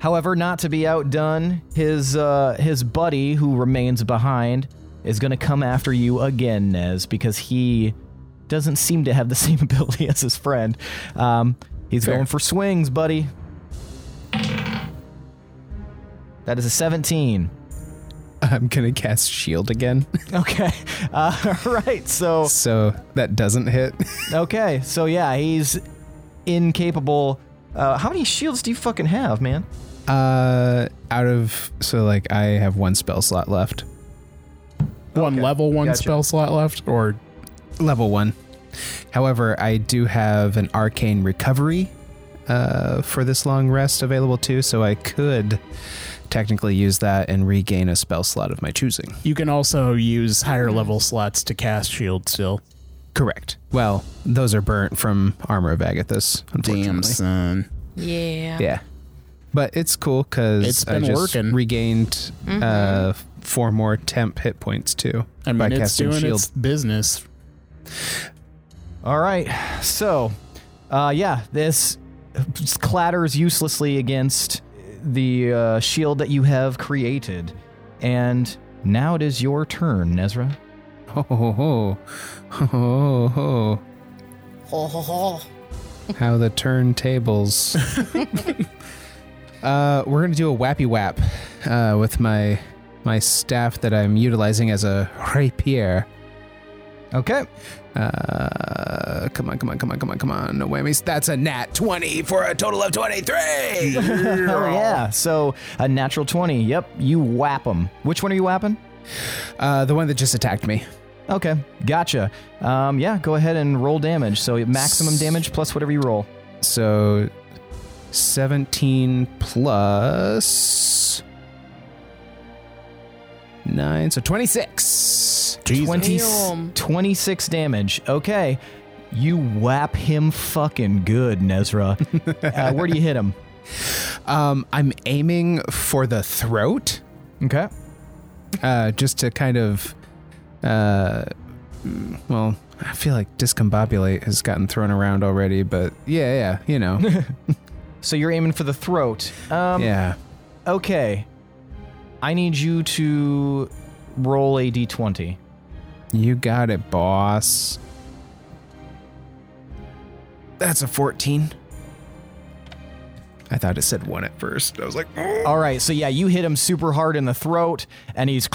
Speaker 2: However, not to be outdone, his uh, his buddy who remains behind is going to come after you again, Nez, because he doesn't seem to have the same ability as his friend. Um, he's going for swings, buddy. That is a 17.
Speaker 7: I'm gonna cast shield again,
Speaker 2: Okay. Uh, all right. So
Speaker 7: so that doesn't hit.
Speaker 2: okay. So yeah, he's incapable. Uh, how many shields do you fucking have, man?
Speaker 7: Uh, out of so like I have one spell slot left.
Speaker 1: One level, one
Speaker 2: Gotcha.
Speaker 1: spell slot left, or
Speaker 7: level one. However, I do have an arcane recovery uh, for this long rest available too, so I could technically use that and regain a spell slot of my choosing.
Speaker 1: you can also use higher level slots to cast shield still.
Speaker 7: Correct. Well, those are burnt from Armor of Agathis,
Speaker 1: Damn
Speaker 7: unfortunately.
Speaker 1: son.
Speaker 3: Yeah.
Speaker 7: Yeah. But it's cool
Speaker 1: It's
Speaker 7: because I
Speaker 1: been
Speaker 7: just
Speaker 1: working.
Speaker 7: regained uh, four more temp hit points too
Speaker 1: I mean,
Speaker 7: by
Speaker 1: it's
Speaker 7: casting
Speaker 1: doing
Speaker 7: shield.
Speaker 1: its business.
Speaker 2: All right. So, uh, yeah, this just clatters uselessly against the uh, shield that you have created, and Now it is your turn, Nezra.
Speaker 7: Ho ho ho ho. Oh, Ho ho ho ho. How the turntables. uh, we're gonna do a wappy wap uh, with my my staff that I'm utilizing as a rapier.
Speaker 2: Okay.
Speaker 7: Uh, come on, come on, come on, come on, come on. No whammies. That's a nat 20 for a total of 23.
Speaker 2: Hell yeah. Uh, So a natural 20. Yep. You whap them. Which one are you whapping?
Speaker 7: uh, the one that just attacked me.
Speaker 2: Okay. Gotcha. Um, yeah, go ahead and roll damage. So maximum damage plus whatever you roll.
Speaker 7: So 17 plus 9, so 26.
Speaker 2: 20,
Speaker 3: Damn.
Speaker 2: 26 damage. Okay. You whap him fucking good, Nezra. uh, where do you hit him?
Speaker 7: Um, I'm aiming for the throat
Speaker 2: Okay.
Speaker 7: uh, just to kind of, uh, mm, well, I feel like discombobulate has gotten thrown around already, but yeah, yeah, you know.
Speaker 2: So you're aiming for the throat. Um,
Speaker 7: yeah.
Speaker 2: Okay. I need you to roll a d20.
Speaker 7: You got it, boss. That's a 14. I thought it said one at first. I was like,
Speaker 2: All right, so yeah, you hit him super hard in the throat, and he's.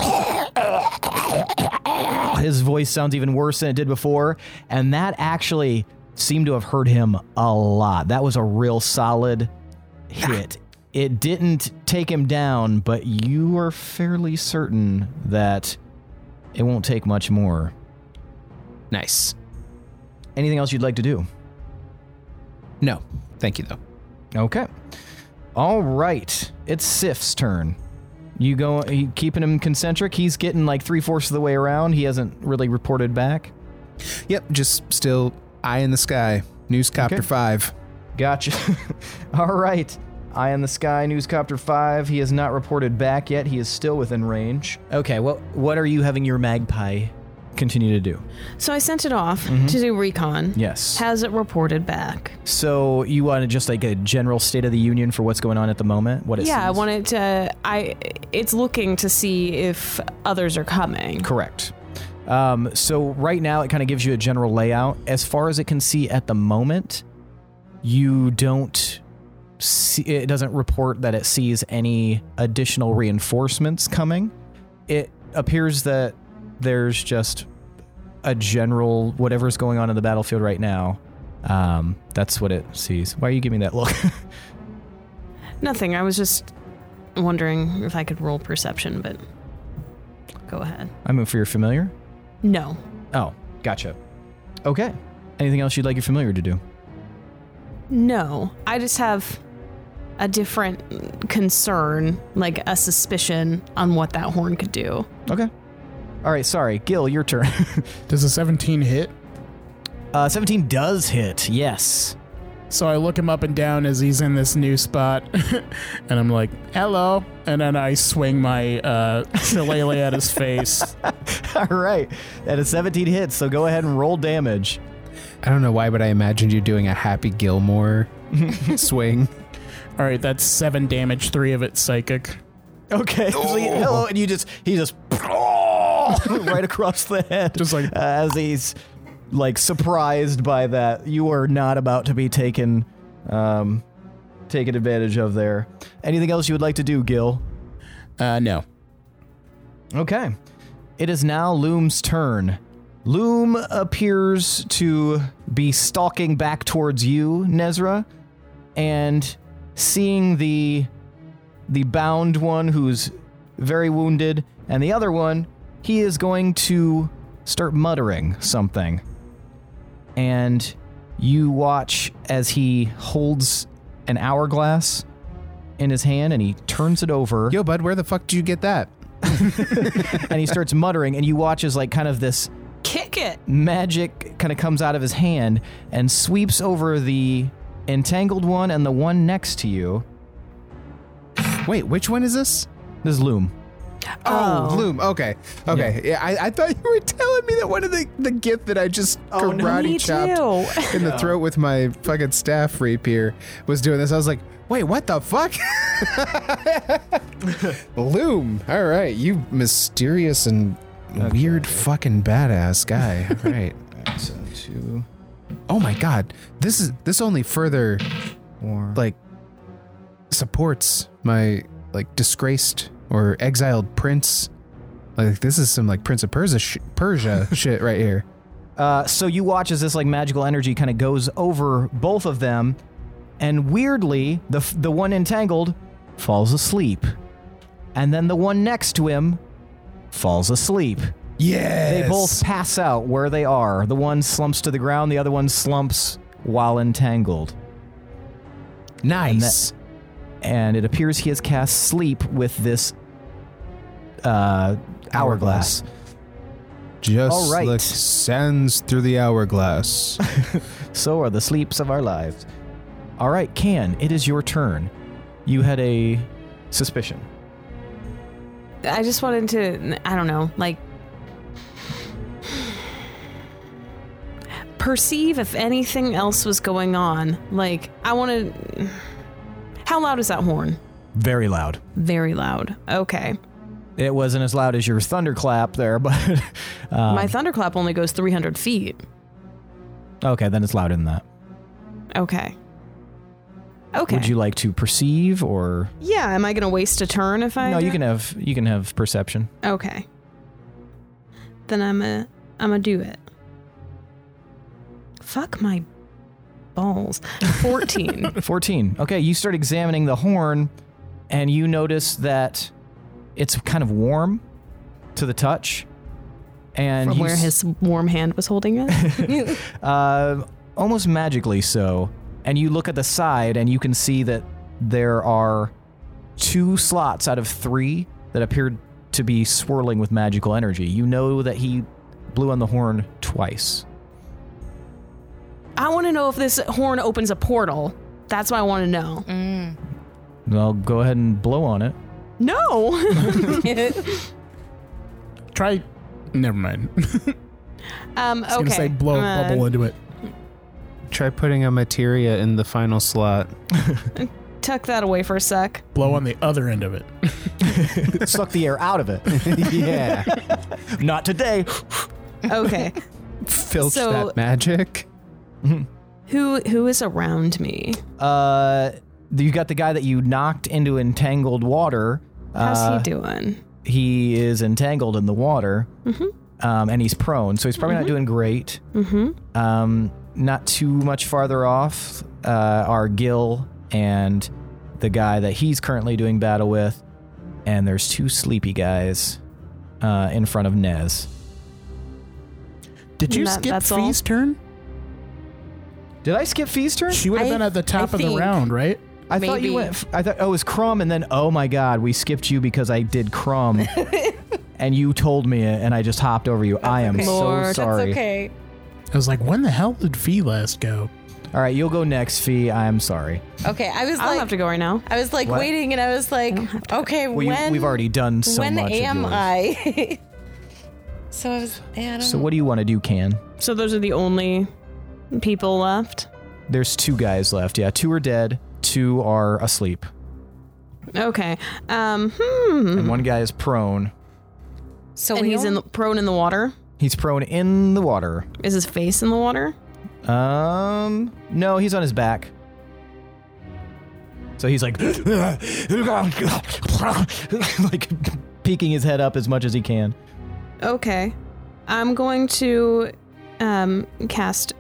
Speaker 2: His voice sounds even worse than it did before, and that actually seemed to have hurt him a lot. That was a real solid hit.
Speaker 4: Ah,
Speaker 2: It didn't take him down, but you are fairly certain that it won't take much more.
Speaker 7: nice.
Speaker 2: Anything else you'd like to do?
Speaker 7: No, thank you, though.
Speaker 2: Okay. All right. It's Sif's turn. You go are you keeping him concentric. He's getting like three fourths of the way around. He hasn't really reported back.
Speaker 7: Yep, just still eye in the sky. Newscopter
Speaker 2: Okay.
Speaker 7: 5.
Speaker 2: Gotcha. All right. Eye in the sky, newscopter five. He has not reported back yet. He is still within range. Okay. Well, what are you having your magpie continue to do?
Speaker 4: So I sent it off to do recon.
Speaker 2: Mm-hmm. Yes.
Speaker 4: Has it reported back?
Speaker 2: so you want to just like a general state of the union for what's going on at the moment? What it
Speaker 4: yeah, I
Speaker 2: sees?
Speaker 4: wanted to. I it's looking to see if others are coming.
Speaker 2: Correct. Um, so right now, it kind of gives you a general layout. As far as it can see at the moment, you don't see. It doesn't report that it sees any additional reinforcements coming. It appears that there's just a general whatever's going on in the battlefield right now. Um, that's what it sees. Why are you giving me that look?
Speaker 4: Nothing. I was just wondering if I could roll perception, but go ahead.
Speaker 2: I'm in for your familiar.
Speaker 4: No.
Speaker 2: Oh, gotcha. Okay. Anything else you'd like your familiar to do?
Speaker 4: No. I just have a different concern, like a suspicion on what that horn could do.
Speaker 2: Okay. All right, sorry. Gil, your turn.
Speaker 1: Does a 17 hit?
Speaker 2: Uh, 17 does hit, yes.
Speaker 1: So I look him up and down as he's in this new spot, and I'm like, "Hello!" And then I swing my uh, shillelagh at his face.
Speaker 2: All right. That is 17 hits, so go ahead and roll damage.
Speaker 7: I don't know why, but I imagined you doing a Happy Gilmore swing.
Speaker 1: All right, that's seven damage, three of it psychic.
Speaker 2: Okay. so you- hello, and you just, he just, right across the head.
Speaker 1: Just like-
Speaker 2: uh, as he's, like, surprised by that. You are not about to be taken, um, taken advantage of there. Anything else you would like to do, Gil?
Speaker 1: Uh, no.
Speaker 2: Okay. It is now Loom's turn. Loom appears to be stalking back towards you, Nezra, and seeing the the bound one who's very wounded and the other one, he is going to start muttering something. And you watch as he holds an hourglass in his hand and he turns it over
Speaker 7: Yo, bud, where the fuck did you get that?
Speaker 2: and he starts muttering and you watch as like kind of this
Speaker 4: Kick it.
Speaker 2: magic kind of comes out of his hand and sweeps over the entangled one and the one next to you
Speaker 7: Wait, which one is this?
Speaker 2: this is loom
Speaker 7: Oh,
Speaker 4: Oh.
Speaker 7: Loom. Okay. Okay. Yeah, I, I thought you were telling me that one of the, the gift that I just karate
Speaker 4: Me
Speaker 7: chopped
Speaker 4: too.
Speaker 7: in the throat with my fucking staff rapier was doing this. I was like, wait, what the fuck? Loom. All right, you mysterious and weird fucking badass guy. All right. So two. Oh my god, this is this only further like supports my like disgraced or exiled prince. Like this is some like Prince of Persia sh- Persia shit right here.
Speaker 2: Uh, so you watch as this like magical energy kind of goes over both of them, and weirdly, the f- the one entangled falls asleep, and then the one next to him falls asleep.
Speaker 7: Yeah.
Speaker 2: They both pass out where they are. The one slumps to the ground, the other one slumps while entangled.
Speaker 7: nice.
Speaker 2: And it appears he has cast sleep with this uh, hourglass.
Speaker 7: Just
Speaker 2: All right.
Speaker 7: like sands through the hourglass.
Speaker 2: So are the sleeps of our lives. All right, Can, it is your turn. You had a suspicion.
Speaker 4: I just wanted to, I don't know, like perceive if anything else was going on. Like, I want to. How loud is that horn?
Speaker 2: Very loud.
Speaker 4: Very loud. Okay.
Speaker 2: It wasn't as loud as your thunderclap there, but um,
Speaker 4: My thunderclap only goes 300 feet.
Speaker 2: okay, then it's louder than that.
Speaker 4: Okay. Okay.
Speaker 2: Would you like to perceive or
Speaker 4: yeah, am I going to waste a turn if I.
Speaker 2: no?
Speaker 4: do-
Speaker 2: You can have you can have perception.
Speaker 4: Okay. Then I'm a I'm a do it. Fuck my balls. 14.
Speaker 2: 14. Okay, you start examining the horn and you notice that it's kind of warm to the touch. And
Speaker 4: from
Speaker 2: you
Speaker 4: where
Speaker 2: s-
Speaker 4: his warm hand was holding it.
Speaker 2: uh, almost magically so. And you look at the side and you can see that there are two slots out of three that appeared to be swirling with magical energy. You know that he blew on the horn twice.
Speaker 4: I want to know if this horn opens a portal. That's what I want to know.
Speaker 2: Well, go ahead and blow on it.
Speaker 4: No. Um,
Speaker 1: Try. Never mind.
Speaker 4: um, okay.
Speaker 1: I'm gonna say blow a
Speaker 4: Uh,
Speaker 1: bubble into it.
Speaker 7: Try putting a materia in the final slot.
Speaker 4: Tuck that away for a sec.
Speaker 1: Blow on the other end of it.
Speaker 2: Suck the air out of it.
Speaker 7: yeah.
Speaker 2: Not today.
Speaker 4: Okay.
Speaker 7: Filch
Speaker 4: So-
Speaker 7: that magic.
Speaker 4: who who is around me?
Speaker 2: Uh, you got the guy that you knocked into entangled water.
Speaker 4: How's
Speaker 2: Uh,
Speaker 4: he doing?
Speaker 2: he is entangled in the water
Speaker 3: Mm-hmm.
Speaker 2: um, and he's prone so he's probably not doing great mm-hmm. um, not too much farther off uh, are gil and the guy that he's currently doing battle with and there's two sleepy guys uh, in front of nez
Speaker 1: Did you
Speaker 4: That-
Speaker 1: skip
Speaker 4: that's all?
Speaker 1: Fee's turn?
Speaker 2: did i skip fee's turn
Speaker 1: She would have
Speaker 3: I-
Speaker 1: been at the top
Speaker 3: I
Speaker 1: of the
Speaker 3: think-
Speaker 1: round, right?
Speaker 2: i thought
Speaker 3: maybe.
Speaker 2: you went f- i thought oh it was crumb and then oh my god we skipped you because i did crumb and you told me it and i just hopped over you i am so
Speaker 4: Lord.
Speaker 2: sorry
Speaker 3: okay.
Speaker 1: I was like, when the hell did Fee last go?
Speaker 2: All right, you'll go next, Fee. I'm sorry.
Speaker 3: Okay. I was
Speaker 4: I don't
Speaker 3: like,
Speaker 4: have to go right now.
Speaker 3: I was like
Speaker 2: What?
Speaker 3: waiting, and I was like, okay,
Speaker 2: Well,
Speaker 3: when
Speaker 2: you, we've already done so
Speaker 3: when
Speaker 2: much. of
Speaker 3: am
Speaker 2: yours.
Speaker 3: I? so I was. I don't
Speaker 2: So
Speaker 3: know.
Speaker 2: what do you want to do, Can?
Speaker 4: So those are the only people left.
Speaker 2: There's two guys left. Yeah, two are dead, two are asleep,
Speaker 4: Okay. Um. Hmm.
Speaker 2: and one guy is prone.
Speaker 3: So
Speaker 4: And
Speaker 3: we
Speaker 4: he's in
Speaker 3: don't-
Speaker 4: the, prone in the water.
Speaker 2: He's prone in the water.
Speaker 4: Is his face in the water?
Speaker 2: Um, no, he's on his back. So he's like, like peeking his head up as much as he can.
Speaker 4: Okay. I'm going to um, cast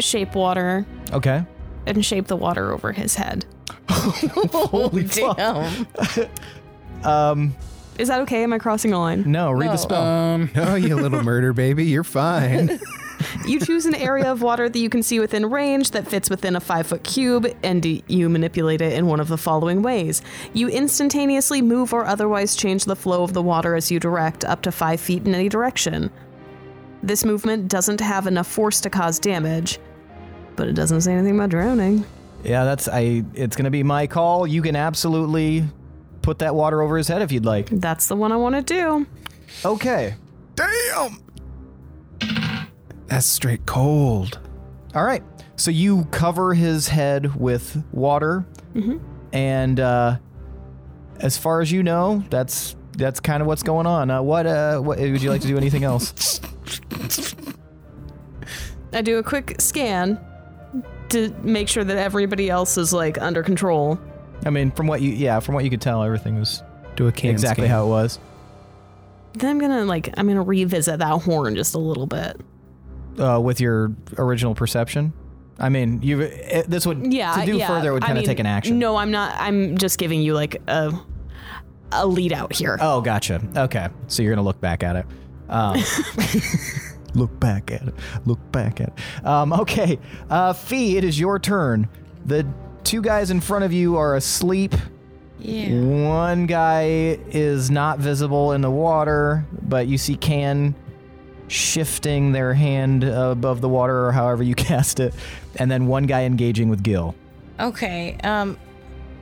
Speaker 4: shape water
Speaker 2: Okay.
Speaker 4: and shape the water over his head.
Speaker 2: Holy
Speaker 3: Damn.
Speaker 2: Um,
Speaker 4: Is that okay? Am I crossing a line?
Speaker 2: no, read the
Speaker 3: No.
Speaker 2: spell.
Speaker 1: Um,
Speaker 7: No, Oh, you little murder baby, you're fine.
Speaker 4: You choose an area of water that you can see within range that fits within a five foot cube, and you manipulate it in one of the following ways. You instantaneously move or otherwise change the flow of the water as you direct, up to five feet in any direction. This movement doesn't have enough force to cause damage, but it doesn't say anything about drowning.
Speaker 2: Yeah, that's I. It's gonna be my call. You can absolutely put that water over his head if you'd like.
Speaker 4: That's the one I want to do.
Speaker 2: Okay.
Speaker 7: Damn. That's straight cold.
Speaker 2: All right.
Speaker 4: Mm-hmm.
Speaker 2: So you cover his head with water, and uh, as far as you know, that's that's kind of what's going on. Uh, what uh, what would you like to do? Anything else?
Speaker 4: I do a quick scan to make sure that everybody else is like under control.
Speaker 2: I mean, from what you yeah, from what you could tell, everything was
Speaker 7: Do a can
Speaker 2: exactly how it was.
Speaker 4: Then I'm gonna like I'm gonna revisit that horn just a little bit.
Speaker 2: uh, with your original perception? I mean, you have this would
Speaker 4: Yeah.
Speaker 2: to do
Speaker 4: yeah.
Speaker 2: further it would
Speaker 4: I
Speaker 2: kind of
Speaker 4: mean,
Speaker 2: take an action.
Speaker 4: No, I'm not. I'm just giving you like a a lead out here.
Speaker 2: Oh, gotcha. Okay, so you're gonna look back at it. Um, look back at it. Look back at it. Um, okay, uh, Fee, it is your turn. The two guys in front of you are asleep.
Speaker 3: Yeah.
Speaker 2: One guy is not visible in the water, but you see Can shifting their hand above the water or however you cast it, and then one guy engaging with Gil.
Speaker 3: Okay. Um,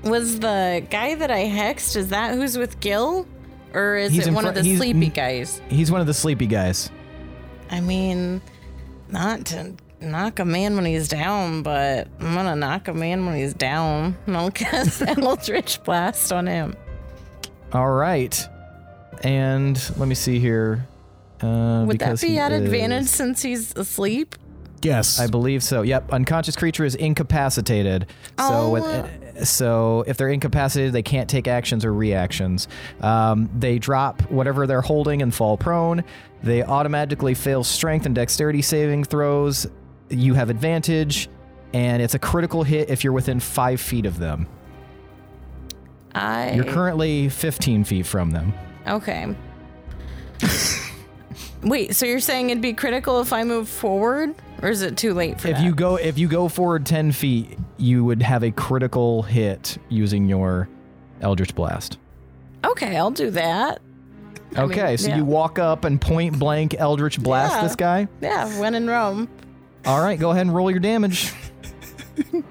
Speaker 3: was the guy that I hexed? Is that who's with Gil, or is
Speaker 2: He's
Speaker 3: it
Speaker 2: in
Speaker 3: one of
Speaker 2: front-
Speaker 3: the
Speaker 2: he's-
Speaker 3: sleepy
Speaker 2: mm.
Speaker 3: guys?
Speaker 2: He's one of the sleepy guys.
Speaker 3: I mean, not to knock a man when he's down, but I'm gonna knock a man when he's down. And I'll cast Eldritch Blast on him.
Speaker 2: All right. And let me see here. Uh,
Speaker 3: Would that
Speaker 2: because
Speaker 3: be
Speaker 2: he
Speaker 3: at advantage
Speaker 2: is-
Speaker 3: since he's asleep?
Speaker 1: Yes.
Speaker 2: I believe so. Yep. Unconscious creature is incapacitated.
Speaker 3: Oh.
Speaker 2: So, with, so if they're incapacitated, they can't take actions or reactions. Um, they drop whatever they're holding and fall prone. They automatically fail strength and dexterity saving throws. You have advantage, and it's a critical hit if you're within five feet of them.
Speaker 3: I
Speaker 2: You're currently 15 feet from them.
Speaker 3: okay. Wait, so you're saying it'd be critical if I move forward, or is it too late for
Speaker 2: If
Speaker 3: that?
Speaker 2: you go if you go forward ten feet, you would have a critical hit using your Eldritch Blast.
Speaker 3: Okay, I'll do that. I mean,
Speaker 2: Okay, so
Speaker 3: yeah.
Speaker 2: you walk up and point blank Eldritch Blast
Speaker 3: Yeah.
Speaker 2: this guy.
Speaker 3: Yeah, when in Rome.
Speaker 2: All right, go ahead and roll your damage.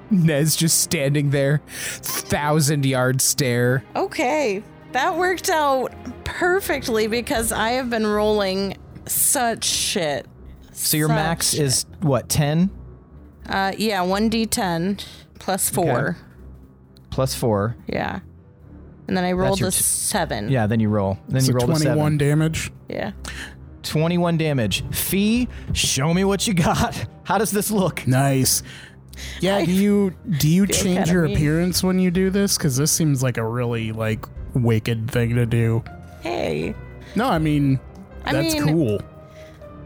Speaker 7: Nez just standing there, thousand yard stare.
Speaker 3: Okay, that worked out perfectly because I have been rolling such shit.
Speaker 2: So your
Speaker 3: Such
Speaker 2: max
Speaker 3: shit.
Speaker 2: is what ten
Speaker 3: uh yeah, one d10 plus four.
Speaker 2: plus four.
Speaker 3: Yeah, and then I rolled
Speaker 2: your
Speaker 3: a
Speaker 2: t-
Speaker 3: seven.
Speaker 2: Yeah, then you roll. Then
Speaker 1: so
Speaker 2: you roll a
Speaker 1: 21
Speaker 2: seven.
Speaker 1: damage.
Speaker 3: yeah.
Speaker 2: 21 damage. Fee, show me what you got. How does this look?
Speaker 1: Nice. Yeah, do you do you
Speaker 3: feel
Speaker 1: change
Speaker 3: kinda
Speaker 1: your
Speaker 3: mean.
Speaker 1: appearance when you do this? Because this seems like a really like wicked thing to do.
Speaker 3: Hey.
Speaker 1: No, I mean
Speaker 3: I
Speaker 1: that's
Speaker 3: mean-
Speaker 1: cool.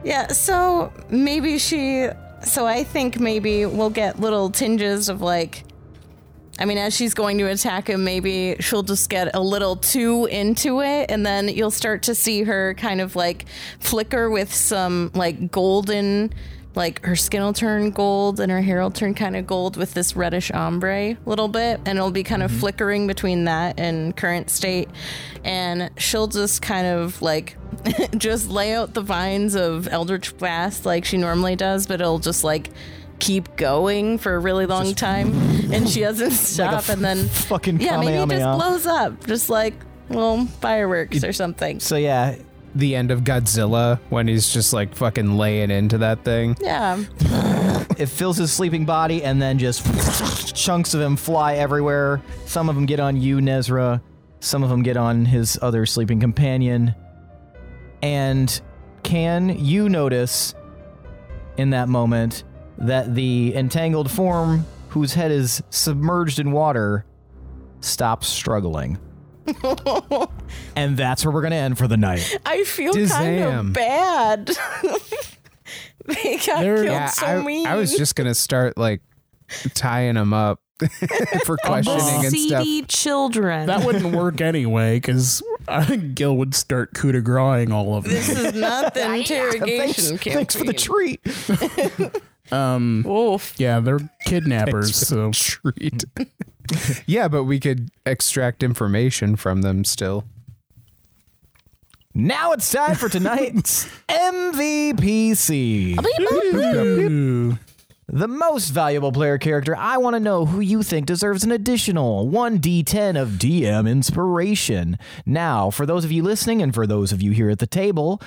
Speaker 3: Yeah, so maybe she. So I think maybe we'll get little tinges of like. I mean, as she's going to attack him, maybe she'll just get a little too into it, and then you'll start to see her kind of like flicker with some like golden, like her skin will turn gold and her hair will turn kind of gold with this reddish ombre a little bit, and it'll be kind of flickering between that and current state. And she'll just kind of like just lay out the vines of Eldritch Blast like she normally does, but it'll just like keep going for a really long time and she doesn't stop
Speaker 2: f-
Speaker 3: and then
Speaker 2: fucking
Speaker 3: yeah maybe it
Speaker 2: Kamehameha.
Speaker 3: just blows up just like little fireworks or something
Speaker 2: So yeah,
Speaker 7: The end of Godzilla when he's just like fucking laying into that thing.
Speaker 3: yeah
Speaker 2: it fills his sleeping body and then just chunks of him fly everywhere. Some of them get on you, Nezra. Some of them get on his other sleeping companion. And can you notice in that moment that the entangled form whose head is submerged in water stops struggling? and that's where we're going to end for the night.
Speaker 3: i feel kind
Speaker 7: Dizam.
Speaker 3: of bad they got killed so
Speaker 7: I,
Speaker 3: mean
Speaker 7: I was just gonna start like tying him up for questioning and stuff.
Speaker 4: Seedy children.
Speaker 1: That wouldn't work anyway, because I think Gil would start coup de graceing all of
Speaker 3: this
Speaker 1: them.
Speaker 3: is not the interrogation campaign.
Speaker 2: Thanks for the treat.
Speaker 1: Um,
Speaker 3: Oof.
Speaker 1: yeah, they're kidnappers. So
Speaker 7: Treat. yeah, but we could extract information from them still.
Speaker 2: Now it's time for tonight's MVPC.
Speaker 1: Ooh.
Speaker 2: The most valuable player character, I want to know who you think deserves an additional 1d10 of DM inspiration. Now, for those of you listening and for those of you here at the table,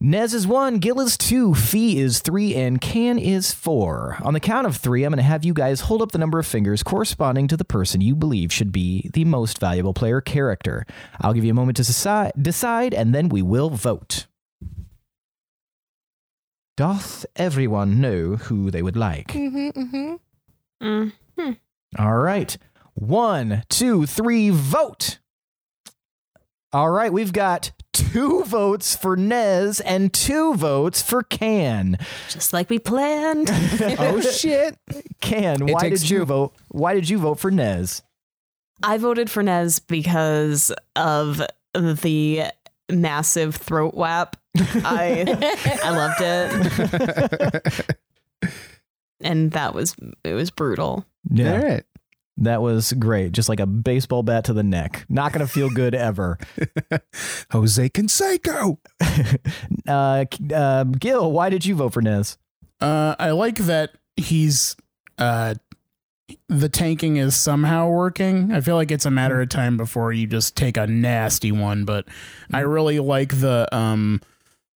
Speaker 2: Nez is one, Gil is two, Fee is three, and Can is four. On the count of three, I'm going to have you guys hold up the number of fingers corresponding to the person you believe should be the most valuable player character. I'll give you a moment to deci- decide, and then we will vote. Doth everyone know who they would like?
Speaker 3: Mm-hmm, mm-hmm.
Speaker 4: Mm.
Speaker 2: Mm-hmm. All right. One, two, three, vote. All right. We've got two votes for Nez and two votes for Can.
Speaker 4: Just like we planned.
Speaker 7: oh shit!
Speaker 2: Can,
Speaker 7: It
Speaker 2: why
Speaker 7: takes
Speaker 2: did you
Speaker 7: two.
Speaker 2: vote? Why did you vote for Nez?
Speaker 4: I voted for Nez because of the massive throat whap. I I loved it. and that was it was brutal.
Speaker 7: All right.
Speaker 2: That was great. Just like a baseball bat to the neck. Not going to feel good ever.
Speaker 7: Jose Canseco.
Speaker 2: Uh, uh, Gil, why did you vote for Nez?
Speaker 1: Uh, I like that he's uh, the tanking is somehow working. I feel like it's a matter of time before you just take a nasty one, but I really like the um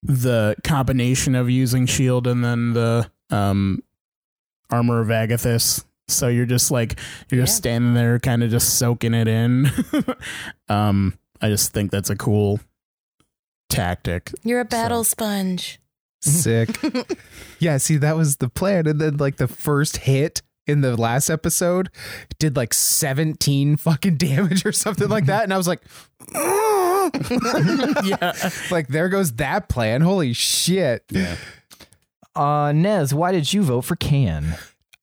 Speaker 1: the combination of using shield E and then the um armor of Agathis. So you're just like you're just standing there kind of just soaking it in. um I just think that's a cool tactic.
Speaker 3: You're a battle sponge.
Speaker 7: Sick. yeah, see, that was the plan. And then, like, the first hit in the last episode did like 17 fucking damage or something like that. And I was like,
Speaker 1: yeah.
Speaker 7: like, there goes that plan. Holy shit.
Speaker 2: Uh, Nez, why did you vote for Can?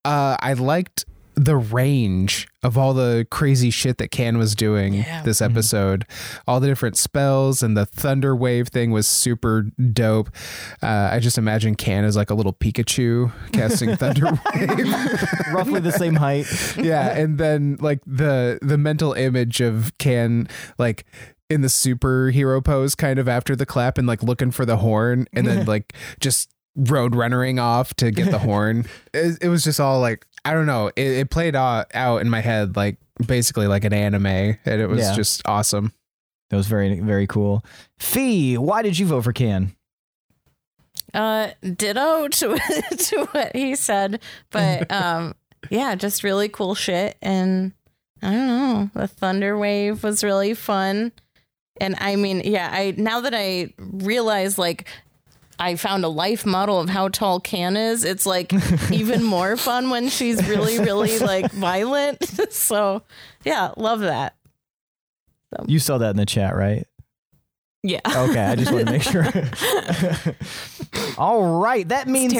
Speaker 7: Uh, I liked the range of all the crazy shit that Can was doing this
Speaker 2: Mm-hmm.
Speaker 7: episode. All the different spells and the thunder wave thing was super dope. Uh, I just imagine Can as like a little Pikachu casting thunder wave.
Speaker 2: Roughly the same height.
Speaker 7: yeah and then like the the mental image of can like in the superhero pose kind of after the clap and like looking for the horn and then like just road runnering off to get the horn it, it was just all like i don't know it, it played out, out in my head like basically like an anime and it was
Speaker 2: Yeah.
Speaker 7: just awesome
Speaker 2: That was very, very cool. Fee, why did you vote for Can?
Speaker 3: Uh, ditto to to what he said, but um, yeah, just really cool shit. And I don't know, the thunder wave was really fun. And I mean, yeah, I now that I realize, like, I found a life model of how tall Can is. It's like even more fun when she's really, really like violent. so yeah, love that.
Speaker 2: You saw that in the chat, right?
Speaker 4: Yeah.
Speaker 2: Okay, I just want to make sure. All right, that means
Speaker 4: It's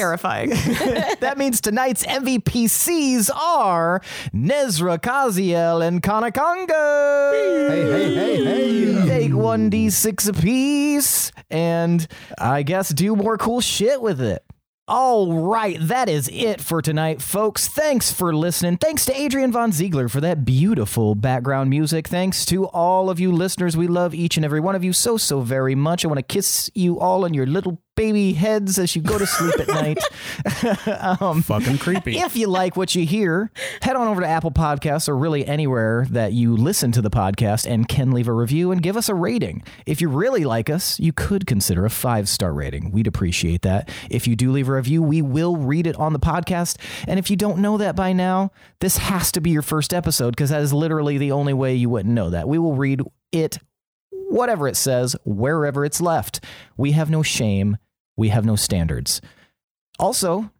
Speaker 4: terrifying.
Speaker 2: that means tonight's MVPCs are Nezra Kaziel and Kana Congo.
Speaker 7: hey hey hey hey
Speaker 2: Take 1d6 apiece and I guess do more cool shit with it. All right, that is it for tonight, folks. Thanks for listening. Thanks to Adrian Von Ziegler for that beautiful background music. Thanks to all of you listeners. We love each and every one of you so, so very much. I want to kiss you all on your little baby heads as you go to sleep at night. um,
Speaker 1: Fucking creepy.
Speaker 2: if you like what you hear, head on over to Apple Podcasts or really anywhere that you listen to the podcast and can leave a review and give us a rating. If you really like us, you could consider a five star rating. We'd appreciate that. If you do leave a review, we will read it on the podcast. And if you don't know that by now, this has to be your first episode because that is literally the only way you wouldn't know that. We will read it, whatever it says, wherever it's left. We have no shame, we have no standards. Also,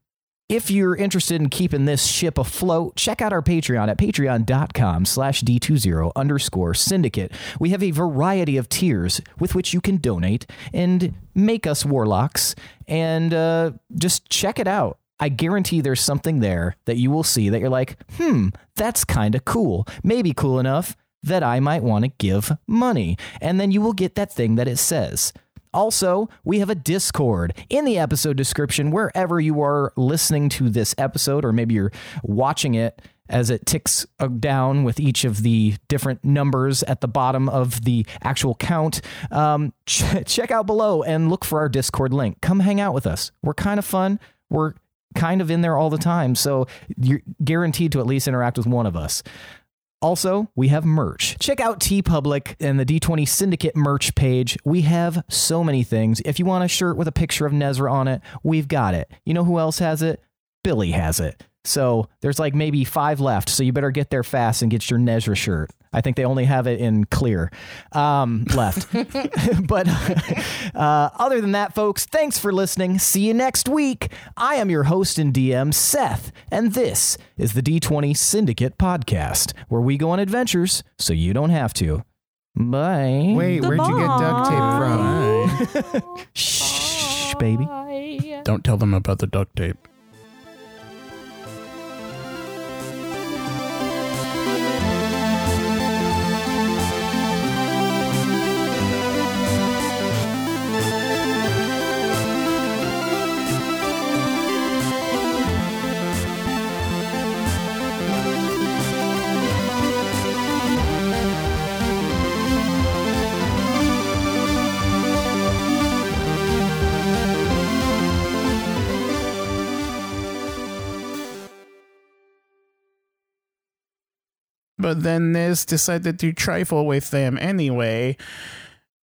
Speaker 2: if you're interested in keeping this ship afloat, check out our Patreon at patreon.com slash d20 underscore syndicate. We have a variety of tiers with which you can donate and make us warlocks. And uh, just check it out. I guarantee there's something there that you will see that you're like, hmm, that's kind of cool. Maybe cool enough that I might want to give money. And then you will get that thing that it says. Also, we have a Discord in the episode description, wherever you are listening to this episode, or maybe you're watching it as it ticks uh, down with each of the different numbers at the bottom of the actual count. Um, ch- check out below and look for our Discord link. Come hang out with us. We're kind of fun. We're kind of in there all the time, so you're guaranteed to at least interact with one of us. Also, we have merch. Check out T Public and the D20 Syndicate merch page. We have so many things. If you want a shirt with a picture of Nezra on it, we've got it. You know who else has it? Billy has it. So there's like maybe five left. So you better get there fast and get your Nezra shirt. I think they only have it in clear um, left. but uh, other than that, folks, thanks for listening. See you next week. I am your host and DM, Seth, and this is the D20 Syndicate podcast, where we go on adventures so you don't have to. Bye.
Speaker 7: Wait, where'd you get duct tape from?
Speaker 1: Alright.
Speaker 2: Shh, baby.
Speaker 1: Don't tell them about the duct tape. But then Niz decided to trifle with them anyway.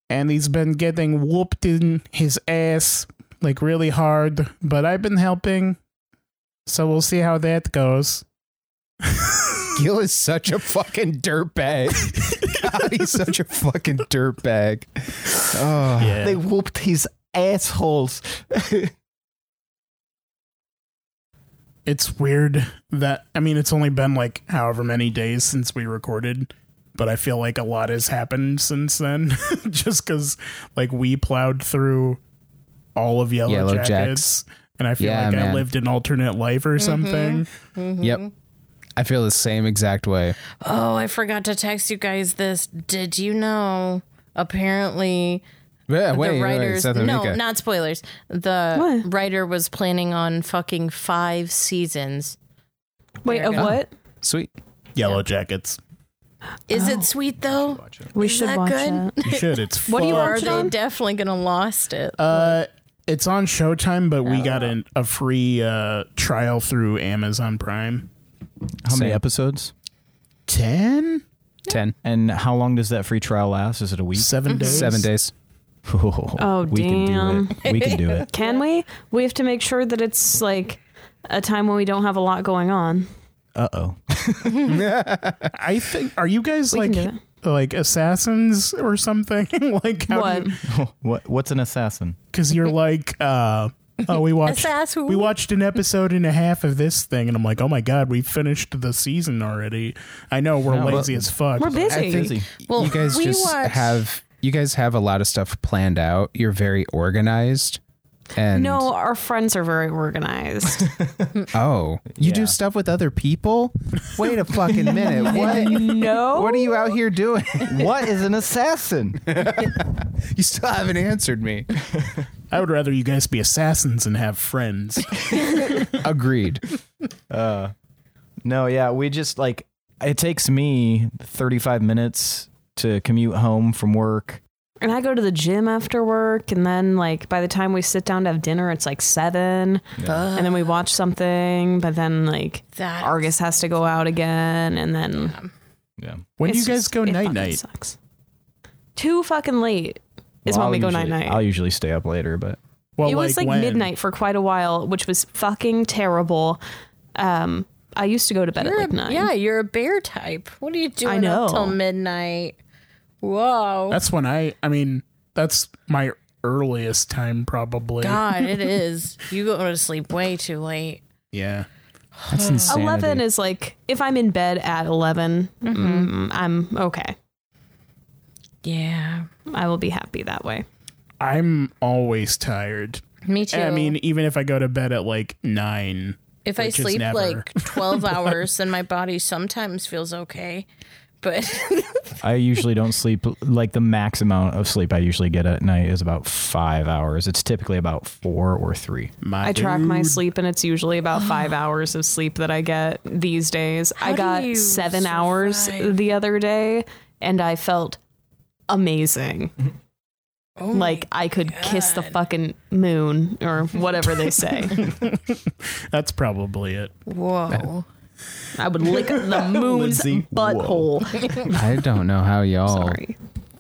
Speaker 1: And he's been getting whooped in his ass, like really hard. But I've been helping. So we'll see how that goes.
Speaker 7: Gil is such a fucking dirtbag. God, he's such a fucking dirtbag. Oh.
Speaker 1: Yeah.
Speaker 2: They whooped his assholes.
Speaker 1: it's weird that, I mean, it's only been like however many days since we recorded. But I feel like a lot has happened since then. Just because, like, we plowed through all of Yellow,
Speaker 7: Yellow
Speaker 1: Jackets. And I feel
Speaker 7: Yeah,
Speaker 1: like I
Speaker 7: man.
Speaker 1: lived an alternate life
Speaker 4: Mm-hmm.
Speaker 1: or something.
Speaker 3: Mm-hmm.
Speaker 7: Yep. I feel the same exact way.
Speaker 3: Oh, I forgot to text you guys this. Did you know? Apparently,
Speaker 7: Yeah,
Speaker 3: the
Speaker 7: wait, wait,
Speaker 3: writers.
Speaker 7: Seth
Speaker 3: no,
Speaker 7: Mika.
Speaker 3: not spoilers. The
Speaker 4: What?
Speaker 3: writer was planning on fucking five seasons.
Speaker 4: Wait, of what?
Speaker 7: Sweet.
Speaker 1: Yellow Jackets.
Speaker 3: Is it sweet though?
Speaker 4: Oh. We
Speaker 3: Is
Speaker 4: should
Speaker 3: that
Speaker 4: watch
Speaker 3: good?
Speaker 4: that.
Speaker 1: You should. It's
Speaker 4: What do you
Speaker 1: fun.
Speaker 3: Are
Speaker 4: watch it
Speaker 3: they
Speaker 4: on?
Speaker 3: definitely gonna lost it?
Speaker 1: Uh, it's on Showtime, but
Speaker 4: Oh,
Speaker 1: we got an, a free uh, trial through Amazon Prime.
Speaker 2: How many
Speaker 7: Same.
Speaker 2: episodes?
Speaker 1: Ten,
Speaker 7: Ten.
Speaker 2: And how long does that free trial last? Is it a week?
Speaker 1: seven days.
Speaker 7: Seven days.
Speaker 4: Oh,
Speaker 2: we
Speaker 4: damn.
Speaker 2: can do it. We can do it.
Speaker 4: Can we? We have to make sure that it's like a time when we don't have a lot going on.
Speaker 2: Uh oh.
Speaker 1: I think. Are you guys
Speaker 4: We
Speaker 1: like
Speaker 4: can do it.
Speaker 1: like assassins or something? like
Speaker 4: What?
Speaker 2: What? What's an assassin?
Speaker 1: Because you're like, uh, oh, we watched
Speaker 3: Assassin.
Speaker 1: we watched an episode and a half of this thing, and I'm like, oh my god, we finished the season already. I know we're
Speaker 2: No, but-
Speaker 1: lazy as fuck.
Speaker 4: We're busy.
Speaker 3: Well,
Speaker 7: you guys
Speaker 3: we
Speaker 7: just
Speaker 3: watched-
Speaker 7: have you guys have a lot of stuff planned out. You're very organized. And
Speaker 4: No, our friends are very organized.
Speaker 7: oh, you do stuff with other people? Wait a fucking minute. What?
Speaker 4: no.
Speaker 7: What are you out here doing?
Speaker 2: What is an assassin?
Speaker 7: You still haven't answered me.
Speaker 1: I would rather you guys be assassins and have friends.
Speaker 7: Agreed.
Speaker 2: Uh, No, yeah, we just like it takes me 35 minutes to commute home from work.
Speaker 4: And I go to the gym after work, and then like by the time we sit down to have dinner, it's like seven, and then we watch something. But then like
Speaker 3: That-
Speaker 4: Argus has to go out again, and then
Speaker 2: Yeah.
Speaker 1: When do you
Speaker 4: it's
Speaker 1: guys
Speaker 4: just-
Speaker 1: go
Speaker 4: it
Speaker 1: night
Speaker 4: fucking
Speaker 1: night?
Speaker 4: Sucks. Too fucking late is when we go night night.
Speaker 2: I'll usually stay up later, but
Speaker 1: Well,
Speaker 4: it was like,
Speaker 1: when?
Speaker 4: midnight for quite a while, which was fucking terrible. Um, I used to go to bed
Speaker 3: You're
Speaker 4: at like
Speaker 3: a-
Speaker 4: nine.
Speaker 3: Yeah, you're a bear type. What are you doing
Speaker 4: know.
Speaker 3: up till midnight? Whoa.
Speaker 1: That's when I I mean, that's my earliest time probably.
Speaker 3: God, it is. You go to sleep way too late.
Speaker 1: Yeah.
Speaker 7: That's insanity.
Speaker 4: eleven is like if I'm in bed at 11 mm, I'm okay.
Speaker 3: Mm-hmm. Yeah.
Speaker 4: I will be happy that way.
Speaker 1: I'm always tired.
Speaker 3: Me too.
Speaker 1: I mean, even if I go to bed at like 9,
Speaker 3: if I
Speaker 1: which is
Speaker 3: sleep
Speaker 1: never.
Speaker 3: like 12 hours, then my body sometimes feels okay. But
Speaker 2: I usually don't sleep like the max amount of sleep I usually get at night is about 5 hours. It's typically about 4 or 3.
Speaker 1: my
Speaker 4: I track my
Speaker 1: dude-
Speaker 4: sleep, and it's usually about five hours of sleep that I get these days.
Speaker 3: How
Speaker 4: I
Speaker 3: do you
Speaker 4: got seven hours
Speaker 3: survive?
Speaker 4: the other day, and I felt amazing.
Speaker 3: Oh
Speaker 4: like I could kiss the fucking moon or whatever they say.
Speaker 1: That's probably it.
Speaker 3: Whoa.
Speaker 4: I would lick the moon's
Speaker 1: Lindsay,
Speaker 4: butthole.
Speaker 7: I don't know how y'all
Speaker 4: Sorry.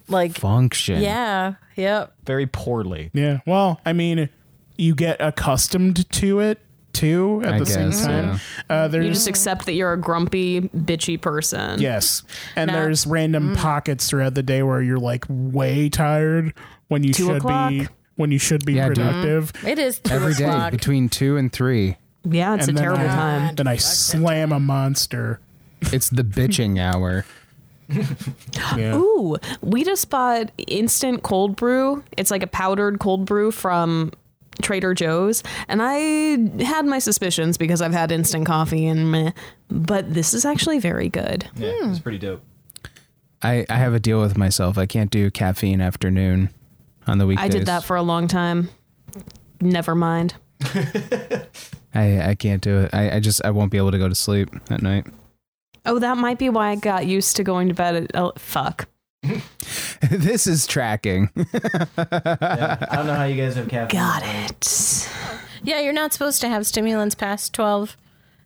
Speaker 3: Like,
Speaker 7: function.
Speaker 3: yeah. Yep.
Speaker 2: Very poorly.
Speaker 1: Yeah. Well, I mean, you get accustomed to it too at
Speaker 7: I
Speaker 1: the same
Speaker 7: guess,
Speaker 1: time. Uh, there's
Speaker 4: You just accept that you're a grumpy, bitchy person.
Speaker 1: yes, and
Speaker 3: No.
Speaker 1: there's
Speaker 3: mm.
Speaker 1: random pockets throughout the day where you're like way tired when you
Speaker 4: Two
Speaker 1: should
Speaker 4: o'clock.
Speaker 1: be when you should be
Speaker 7: Yeah, dude.
Speaker 1: productive.
Speaker 3: Mm-hmm. It is two
Speaker 7: Every day
Speaker 3: o'clock.
Speaker 7: between two and three,
Speaker 4: Yeah, it's
Speaker 1: And
Speaker 4: a
Speaker 1: then
Speaker 4: terrible
Speaker 1: I-
Speaker 4: time.
Speaker 1: Then I slam a monster.
Speaker 7: it's the bitching hour.
Speaker 4: Ooh, we just bought instant cold brew. It's like a powdered cold brew from Trader Joe's. And I had my suspicions because I've had instant coffee and meh, but this is actually very good.
Speaker 9: Yeah, it's
Speaker 4: Hmm.
Speaker 9: pretty dope.
Speaker 7: I, I have a deal with myself. I can't do caffeine afternoon on the weekdays.
Speaker 4: I did that for a long time. Never mind.
Speaker 7: I, I can't do it. I, I just I won't be able to go to sleep at night.
Speaker 4: Oh, that might be why I got used to going to bed at oh, fuck.
Speaker 7: this is tracking.
Speaker 9: Yeah, I don't know how you guys have caffeine.
Speaker 4: Got it.
Speaker 3: Yeah, you're not supposed to have stimulants past 12.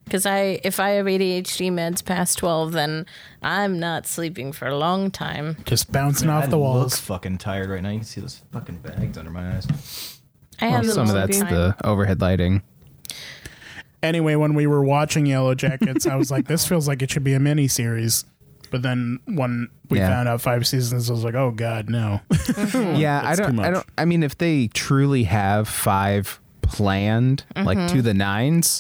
Speaker 3: Because I, if I have ADHD meds past 12, then I'm not sleeping for a long time.
Speaker 1: Just bouncing
Speaker 9: I
Speaker 1: off the
Speaker 9: look
Speaker 1: walls.
Speaker 9: fucking tired right now. You can see those fucking bags under my eyes.
Speaker 3: I
Speaker 7: Well,
Speaker 3: have them
Speaker 7: Oh, some of
Speaker 3: all
Speaker 7: that's
Speaker 3: time.
Speaker 7: the overhead lighting.
Speaker 1: Anyway, when we were watching Yellow Jackets, I was like, this feels like it should be a mini series. But then when we
Speaker 7: Yeah.
Speaker 1: found out five seasons, I was like, oh god, no.
Speaker 9: Hmm,
Speaker 3: Mm-hmm.
Speaker 7: Yeah, I don't.
Speaker 1: too
Speaker 7: I
Speaker 1: much.
Speaker 7: don't. I mean, if they truly have five planned, like
Speaker 4: Mm-hmm.
Speaker 7: to the nines,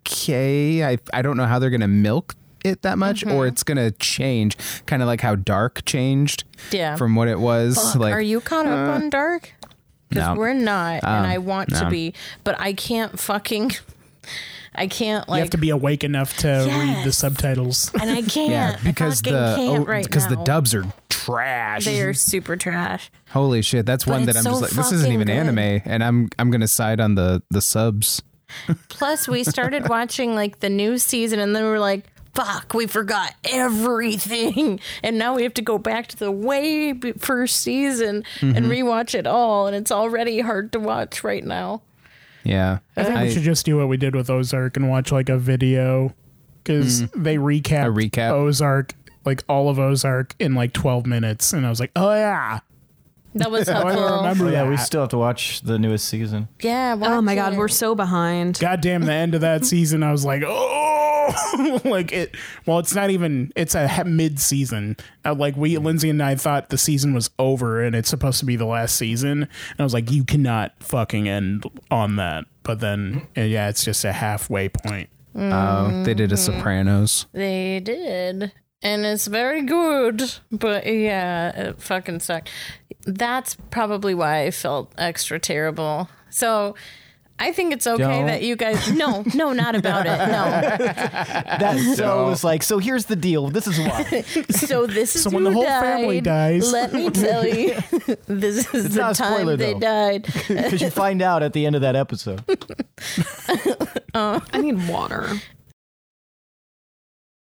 Speaker 7: okay. I I don't know how they're gonna milk it that much,
Speaker 4: Mm-hmm.
Speaker 7: or it's gonna change, kind of like how Dark changed
Speaker 3: Yeah.
Speaker 7: from what it was.
Speaker 3: Fuck,
Speaker 7: like,
Speaker 3: are you caught
Speaker 1: uh,
Speaker 3: up on dark? Because
Speaker 7: No.
Speaker 3: we're not,
Speaker 1: Um,
Speaker 3: and I want to
Speaker 7: no.
Speaker 3: be, but I can't fucking, I can't
Speaker 1: you
Speaker 3: like,
Speaker 1: have to be awake enough to read the
Speaker 3: Yes.
Speaker 1: subtitles.
Speaker 3: and I can't.
Speaker 7: yeah, because
Speaker 3: I fucking
Speaker 7: the
Speaker 3: can't
Speaker 7: oh,
Speaker 3: right
Speaker 7: because the
Speaker 3: now.
Speaker 7: dubs are trash.
Speaker 3: they are super trash.
Speaker 7: Holy shit, that's one that
Speaker 3: it's
Speaker 7: I'm
Speaker 3: so
Speaker 7: just like, this isn't
Speaker 3: fucking
Speaker 7: even
Speaker 3: good.
Speaker 7: anime, and I'm I'm gonna side on the the subs.
Speaker 3: Plus, we started watching like the new season, and then we were like, "Fuck, we forgot everything," and now we have to go back to the way b- first season and rewatch it all, and it's already hard to watch right now.
Speaker 7: Yeah,
Speaker 1: I think we should just do what we did with Ozark and watch like a video because they recap,
Speaker 7: Mm. A recap.
Speaker 1: Ozark, like all of Ozark in like 12 minutes. And I was like, oh yeah.
Speaker 3: That was
Speaker 1: Oh, I
Speaker 3: helpful.
Speaker 1: remember
Speaker 9: Yeah,
Speaker 1: that.
Speaker 9: we still have to watch the newest season.
Speaker 3: yeah.
Speaker 4: Oh my
Speaker 3: watch
Speaker 4: god,
Speaker 3: it.
Speaker 4: we're so behind.
Speaker 1: God damn, the end of that season, I was like, oh, like it. Well, it's not even, it's a mid season. Like, we, Lindsay and I thought the season was over and it's supposed to be the last season. And I was like, you cannot fucking end on that. But then, uh, yeah, it's just a halfway point.
Speaker 7: Oh, they did a
Speaker 3: Mm-hmm.
Speaker 7: Sopranos.
Speaker 3: They did. And it's very good, but yeah, it fucking sucked. That's probably why I felt extra terrible. So I think it's okay
Speaker 7: Don't.
Speaker 3: that you guys. No, no, not about it. No.
Speaker 9: That so was like, so here's the deal. This is why.
Speaker 3: So this is
Speaker 1: So when the
Speaker 3: who
Speaker 1: whole
Speaker 3: died.
Speaker 1: family dies.
Speaker 3: Let me tell you, this is the
Speaker 9: not a
Speaker 3: time
Speaker 9: spoiler,
Speaker 3: they
Speaker 9: though.
Speaker 3: died.
Speaker 9: Because you find out at the end of that episode.
Speaker 3: Um,
Speaker 4: I need water.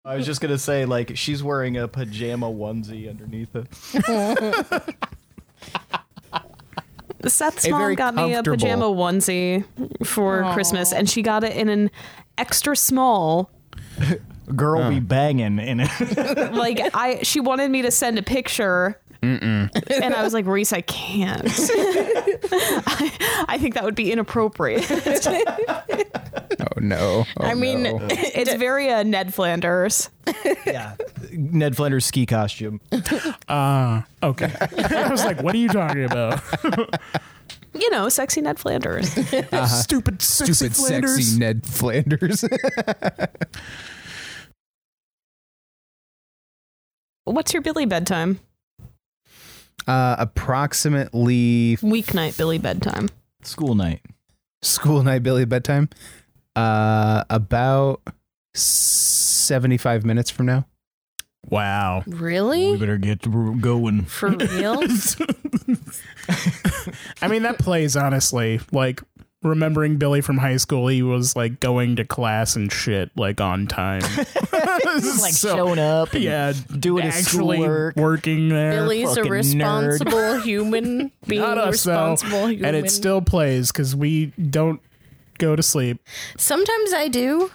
Speaker 9: I was just gonna say, like, she's wearing a pajama onesie underneath it.
Speaker 4: Seth's
Speaker 7: A
Speaker 4: mom
Speaker 7: very
Speaker 4: got me a
Speaker 7: comfortable-
Speaker 4: pajama onesie for Christmas, and she got it in an extra small.
Speaker 9: Girl be banging in it.
Speaker 4: Like I, she wanted me to send a picture, and I was like, Reese, I can't. I, I think that would be inappropriate.
Speaker 7: Oh no!
Speaker 3: I mean,
Speaker 4: It's very uh, Ned Flanders.
Speaker 9: yeah. Ned Flanders ski costume.
Speaker 1: Uh, Okay. I was like, what are you talking about?
Speaker 4: You know, sexy Ned Flanders.
Speaker 1: Stupid, sexy
Speaker 7: Uh-huh. stupid,
Speaker 1: Flanders.
Speaker 7: sexy Ned Flanders.
Speaker 4: What's your Billy bedtime?
Speaker 7: uh, approximately
Speaker 4: Weeknight Billy bedtime.
Speaker 9: School night.
Speaker 7: school night, Billy bedtime. Uh, about seventy-five minutes from now.
Speaker 1: Wow.
Speaker 3: really?
Speaker 9: better get going.
Speaker 3: For real?
Speaker 1: I mean, that plays honestly. Like remembering Billy from high school, he was like going to class and shit like on time.
Speaker 2: like
Speaker 1: So,
Speaker 2: showing up and
Speaker 1: yeah,
Speaker 2: doing his
Speaker 1: actually
Speaker 2: schoolwork.
Speaker 1: working there.
Speaker 10: Billy's a
Speaker 2: fucking nerd.
Speaker 10: responsible human being.
Speaker 1: Not us though,
Speaker 10: responsible human.
Speaker 1: and it still plays because we don't go to sleep.
Speaker 3: Sometimes I do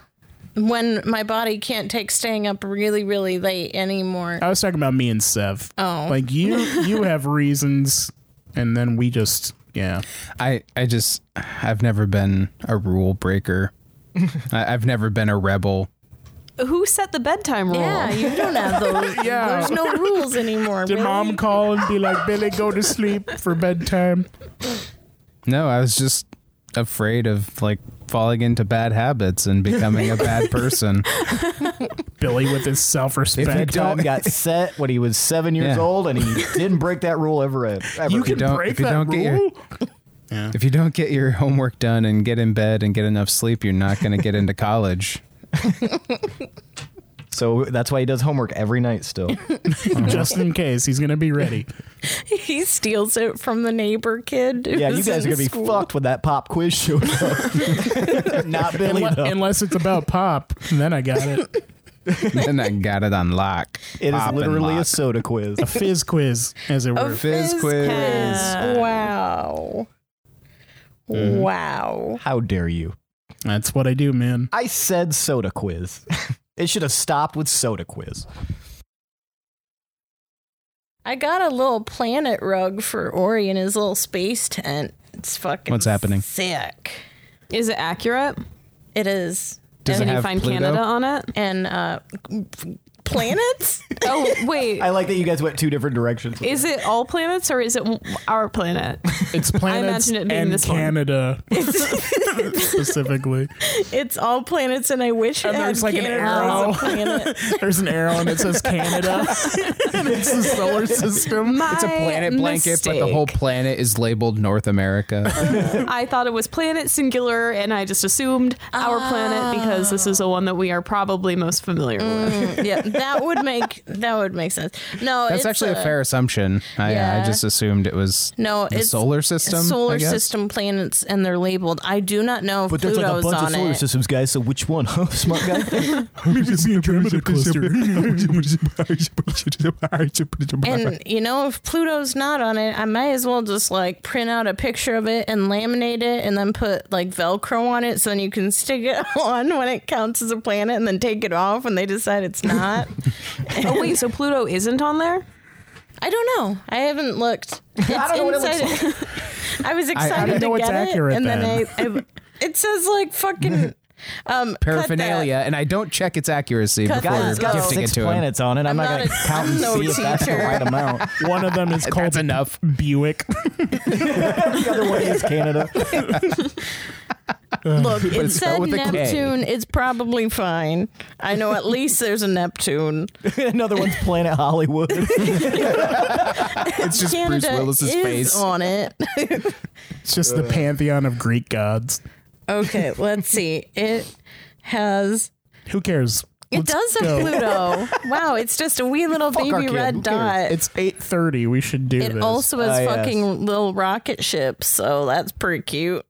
Speaker 3: when my body can't take staying up really, really late anymore.
Speaker 1: I was talking about me and Sev.
Speaker 3: Oh.
Speaker 1: like you, you have reasons, and then we just yeah.
Speaker 7: I, I just, I've never been a rule breaker. I, I've never been a rebel.
Speaker 4: Who set the bedtime rule?
Speaker 3: yeah, you don't have those.
Speaker 1: Yeah.
Speaker 3: There's no rules anymore.
Speaker 1: Did
Speaker 3: Billy.
Speaker 1: mom call and be like, Billy, go to sleep for bedtime?
Speaker 7: No, I was just afraid of like falling into bad habits and becoming a bad person.
Speaker 1: Billy with his self
Speaker 7: If you
Speaker 1: respect.
Speaker 2: Tom
Speaker 7: don't,
Speaker 2: got set when he was seven years
Speaker 7: Yeah.
Speaker 2: old, and he didn't break that rule ever. ever.
Speaker 1: You can
Speaker 7: don't-
Speaker 1: break
Speaker 7: if you
Speaker 1: that
Speaker 7: don't get your-
Speaker 1: rule.
Speaker 7: if you don't get your homework done and get in bed and get enough sleep, you're not going to get into college.
Speaker 2: So that's why he does homework every night still.
Speaker 1: just in case he's gonna be ready.
Speaker 10: he steals it from the neighbor kid.
Speaker 2: yeah, you guys are gonna be fucked when that pop quiz shows up. Not Billy
Speaker 1: Unle-
Speaker 2: though.
Speaker 1: Unless it's about pop, then I got it.
Speaker 7: then I got it on lock.
Speaker 2: it is
Speaker 7: Pop and
Speaker 2: literally a
Speaker 7: lock.
Speaker 2: soda quiz.
Speaker 1: A fizz quiz, as it were.
Speaker 7: fizz quiz.
Speaker 10: Wow.
Speaker 1: Mm-hmm.
Speaker 10: Wow.
Speaker 2: Mm-hmm. How dare you?
Speaker 1: That's what I do, man.
Speaker 2: I said soda quiz. it should have stopped with soda quiz.
Speaker 3: I got a little planet rug for Ori in his little space tent. It's fucking
Speaker 7: What's happening?
Speaker 3: sick.
Speaker 4: Is it accurate?
Speaker 3: It is.
Speaker 7: Does it
Speaker 4: Can you
Speaker 7: have
Speaker 4: find
Speaker 7: Pluto?
Speaker 4: Canada on it?
Speaker 3: And uh planets?
Speaker 4: Oh, wait.
Speaker 2: I like that you guys went two different directions. with
Speaker 4: Is it all planets or is it our planet?
Speaker 1: It's planets
Speaker 4: imagine it being
Speaker 1: and
Speaker 4: this one.
Speaker 1: Canada specifically.
Speaker 3: it's all planets and I wish it
Speaker 1: And
Speaker 3: had
Speaker 1: there's like an
Speaker 3: Canada
Speaker 1: arrow.
Speaker 3: as a planet.
Speaker 1: There's an arrow and it says Canada, and it's the solar system.
Speaker 7: It's a planet blanket, but the whole planet is labeled North America.
Speaker 4: I thought it was planet singular, and I just assumed our planet because this is the one that we are probably most familiar with.
Speaker 3: Mm, yeah, that would make that would make sense. No,
Speaker 7: That's
Speaker 3: it's
Speaker 7: actually a,
Speaker 3: uh,
Speaker 7: fair assumption. I,
Speaker 3: yeah.
Speaker 7: I just assumed it was
Speaker 3: No,
Speaker 7: the
Speaker 3: it's
Speaker 7: solar system. I
Speaker 3: solar
Speaker 7: guess?
Speaker 3: system planets, and they're labeled. I do not know if
Speaker 2: But there's
Speaker 3: Pluto's
Speaker 2: like a bunch
Speaker 3: on
Speaker 2: of solar
Speaker 3: it.
Speaker 2: systems, guys. So which one, huh, smart guy?
Speaker 3: And you know, if Pluto's not on it, I may as well just like print out a picture of it and laminate it, and then put like Velcro on it, so then you can stick it on when it counts as a planet, and then take it off when they decide it's not.
Speaker 4: oh wait, so Pluto isn't on there?
Speaker 3: I don't know. I haven't looked. It's I
Speaker 2: know what it
Speaker 3: inside.
Speaker 2: looks
Speaker 3: I was excited
Speaker 1: don't know
Speaker 3: to
Speaker 1: what's
Speaker 3: get
Speaker 1: accurate
Speaker 3: it, and
Speaker 1: then.
Speaker 3: then I, I it says like fucking um, cut that.
Speaker 7: paraphernalia, and I don't check its accuracy
Speaker 3: Cut
Speaker 7: before
Speaker 3: that.
Speaker 7: you're
Speaker 2: Guys, it's got
Speaker 3: Go.
Speaker 7: gifting it
Speaker 2: six
Speaker 7: to him.
Speaker 2: planets on it. I'm, not,
Speaker 3: not
Speaker 2: gonna
Speaker 3: a-
Speaker 2: count and
Speaker 3: I'm no
Speaker 2: see if that's the
Speaker 3: teacher.
Speaker 2: right amount.
Speaker 1: One of them is called
Speaker 7: That's enough.
Speaker 1: Buick.
Speaker 2: the other one is Canada.
Speaker 3: Look, it
Speaker 7: it's spelled
Speaker 3: said
Speaker 7: with a K.
Speaker 3: Neptune. It's probably fine. I know at least there's a Neptune.
Speaker 2: Another one's Planet Hollywood.
Speaker 7: It's just
Speaker 3: Canada
Speaker 7: Bruce Willis's
Speaker 3: is
Speaker 7: face.
Speaker 3: on it.
Speaker 1: It's just
Speaker 2: Uh.
Speaker 1: the pantheon of Greek gods.
Speaker 3: Okay, let's see. It has.
Speaker 1: Who cares?
Speaker 3: It
Speaker 1: Let's
Speaker 3: does have
Speaker 1: go.
Speaker 3: Pluto. Wow, it's just a wee little
Speaker 2: Fuck our
Speaker 3: baby
Speaker 2: kid, who
Speaker 3: red dot.
Speaker 1: It's eight thirty. We should do
Speaker 3: It
Speaker 1: this.
Speaker 3: also has
Speaker 2: Ah, yes.
Speaker 3: fucking little rocket ships, so that's pretty cute.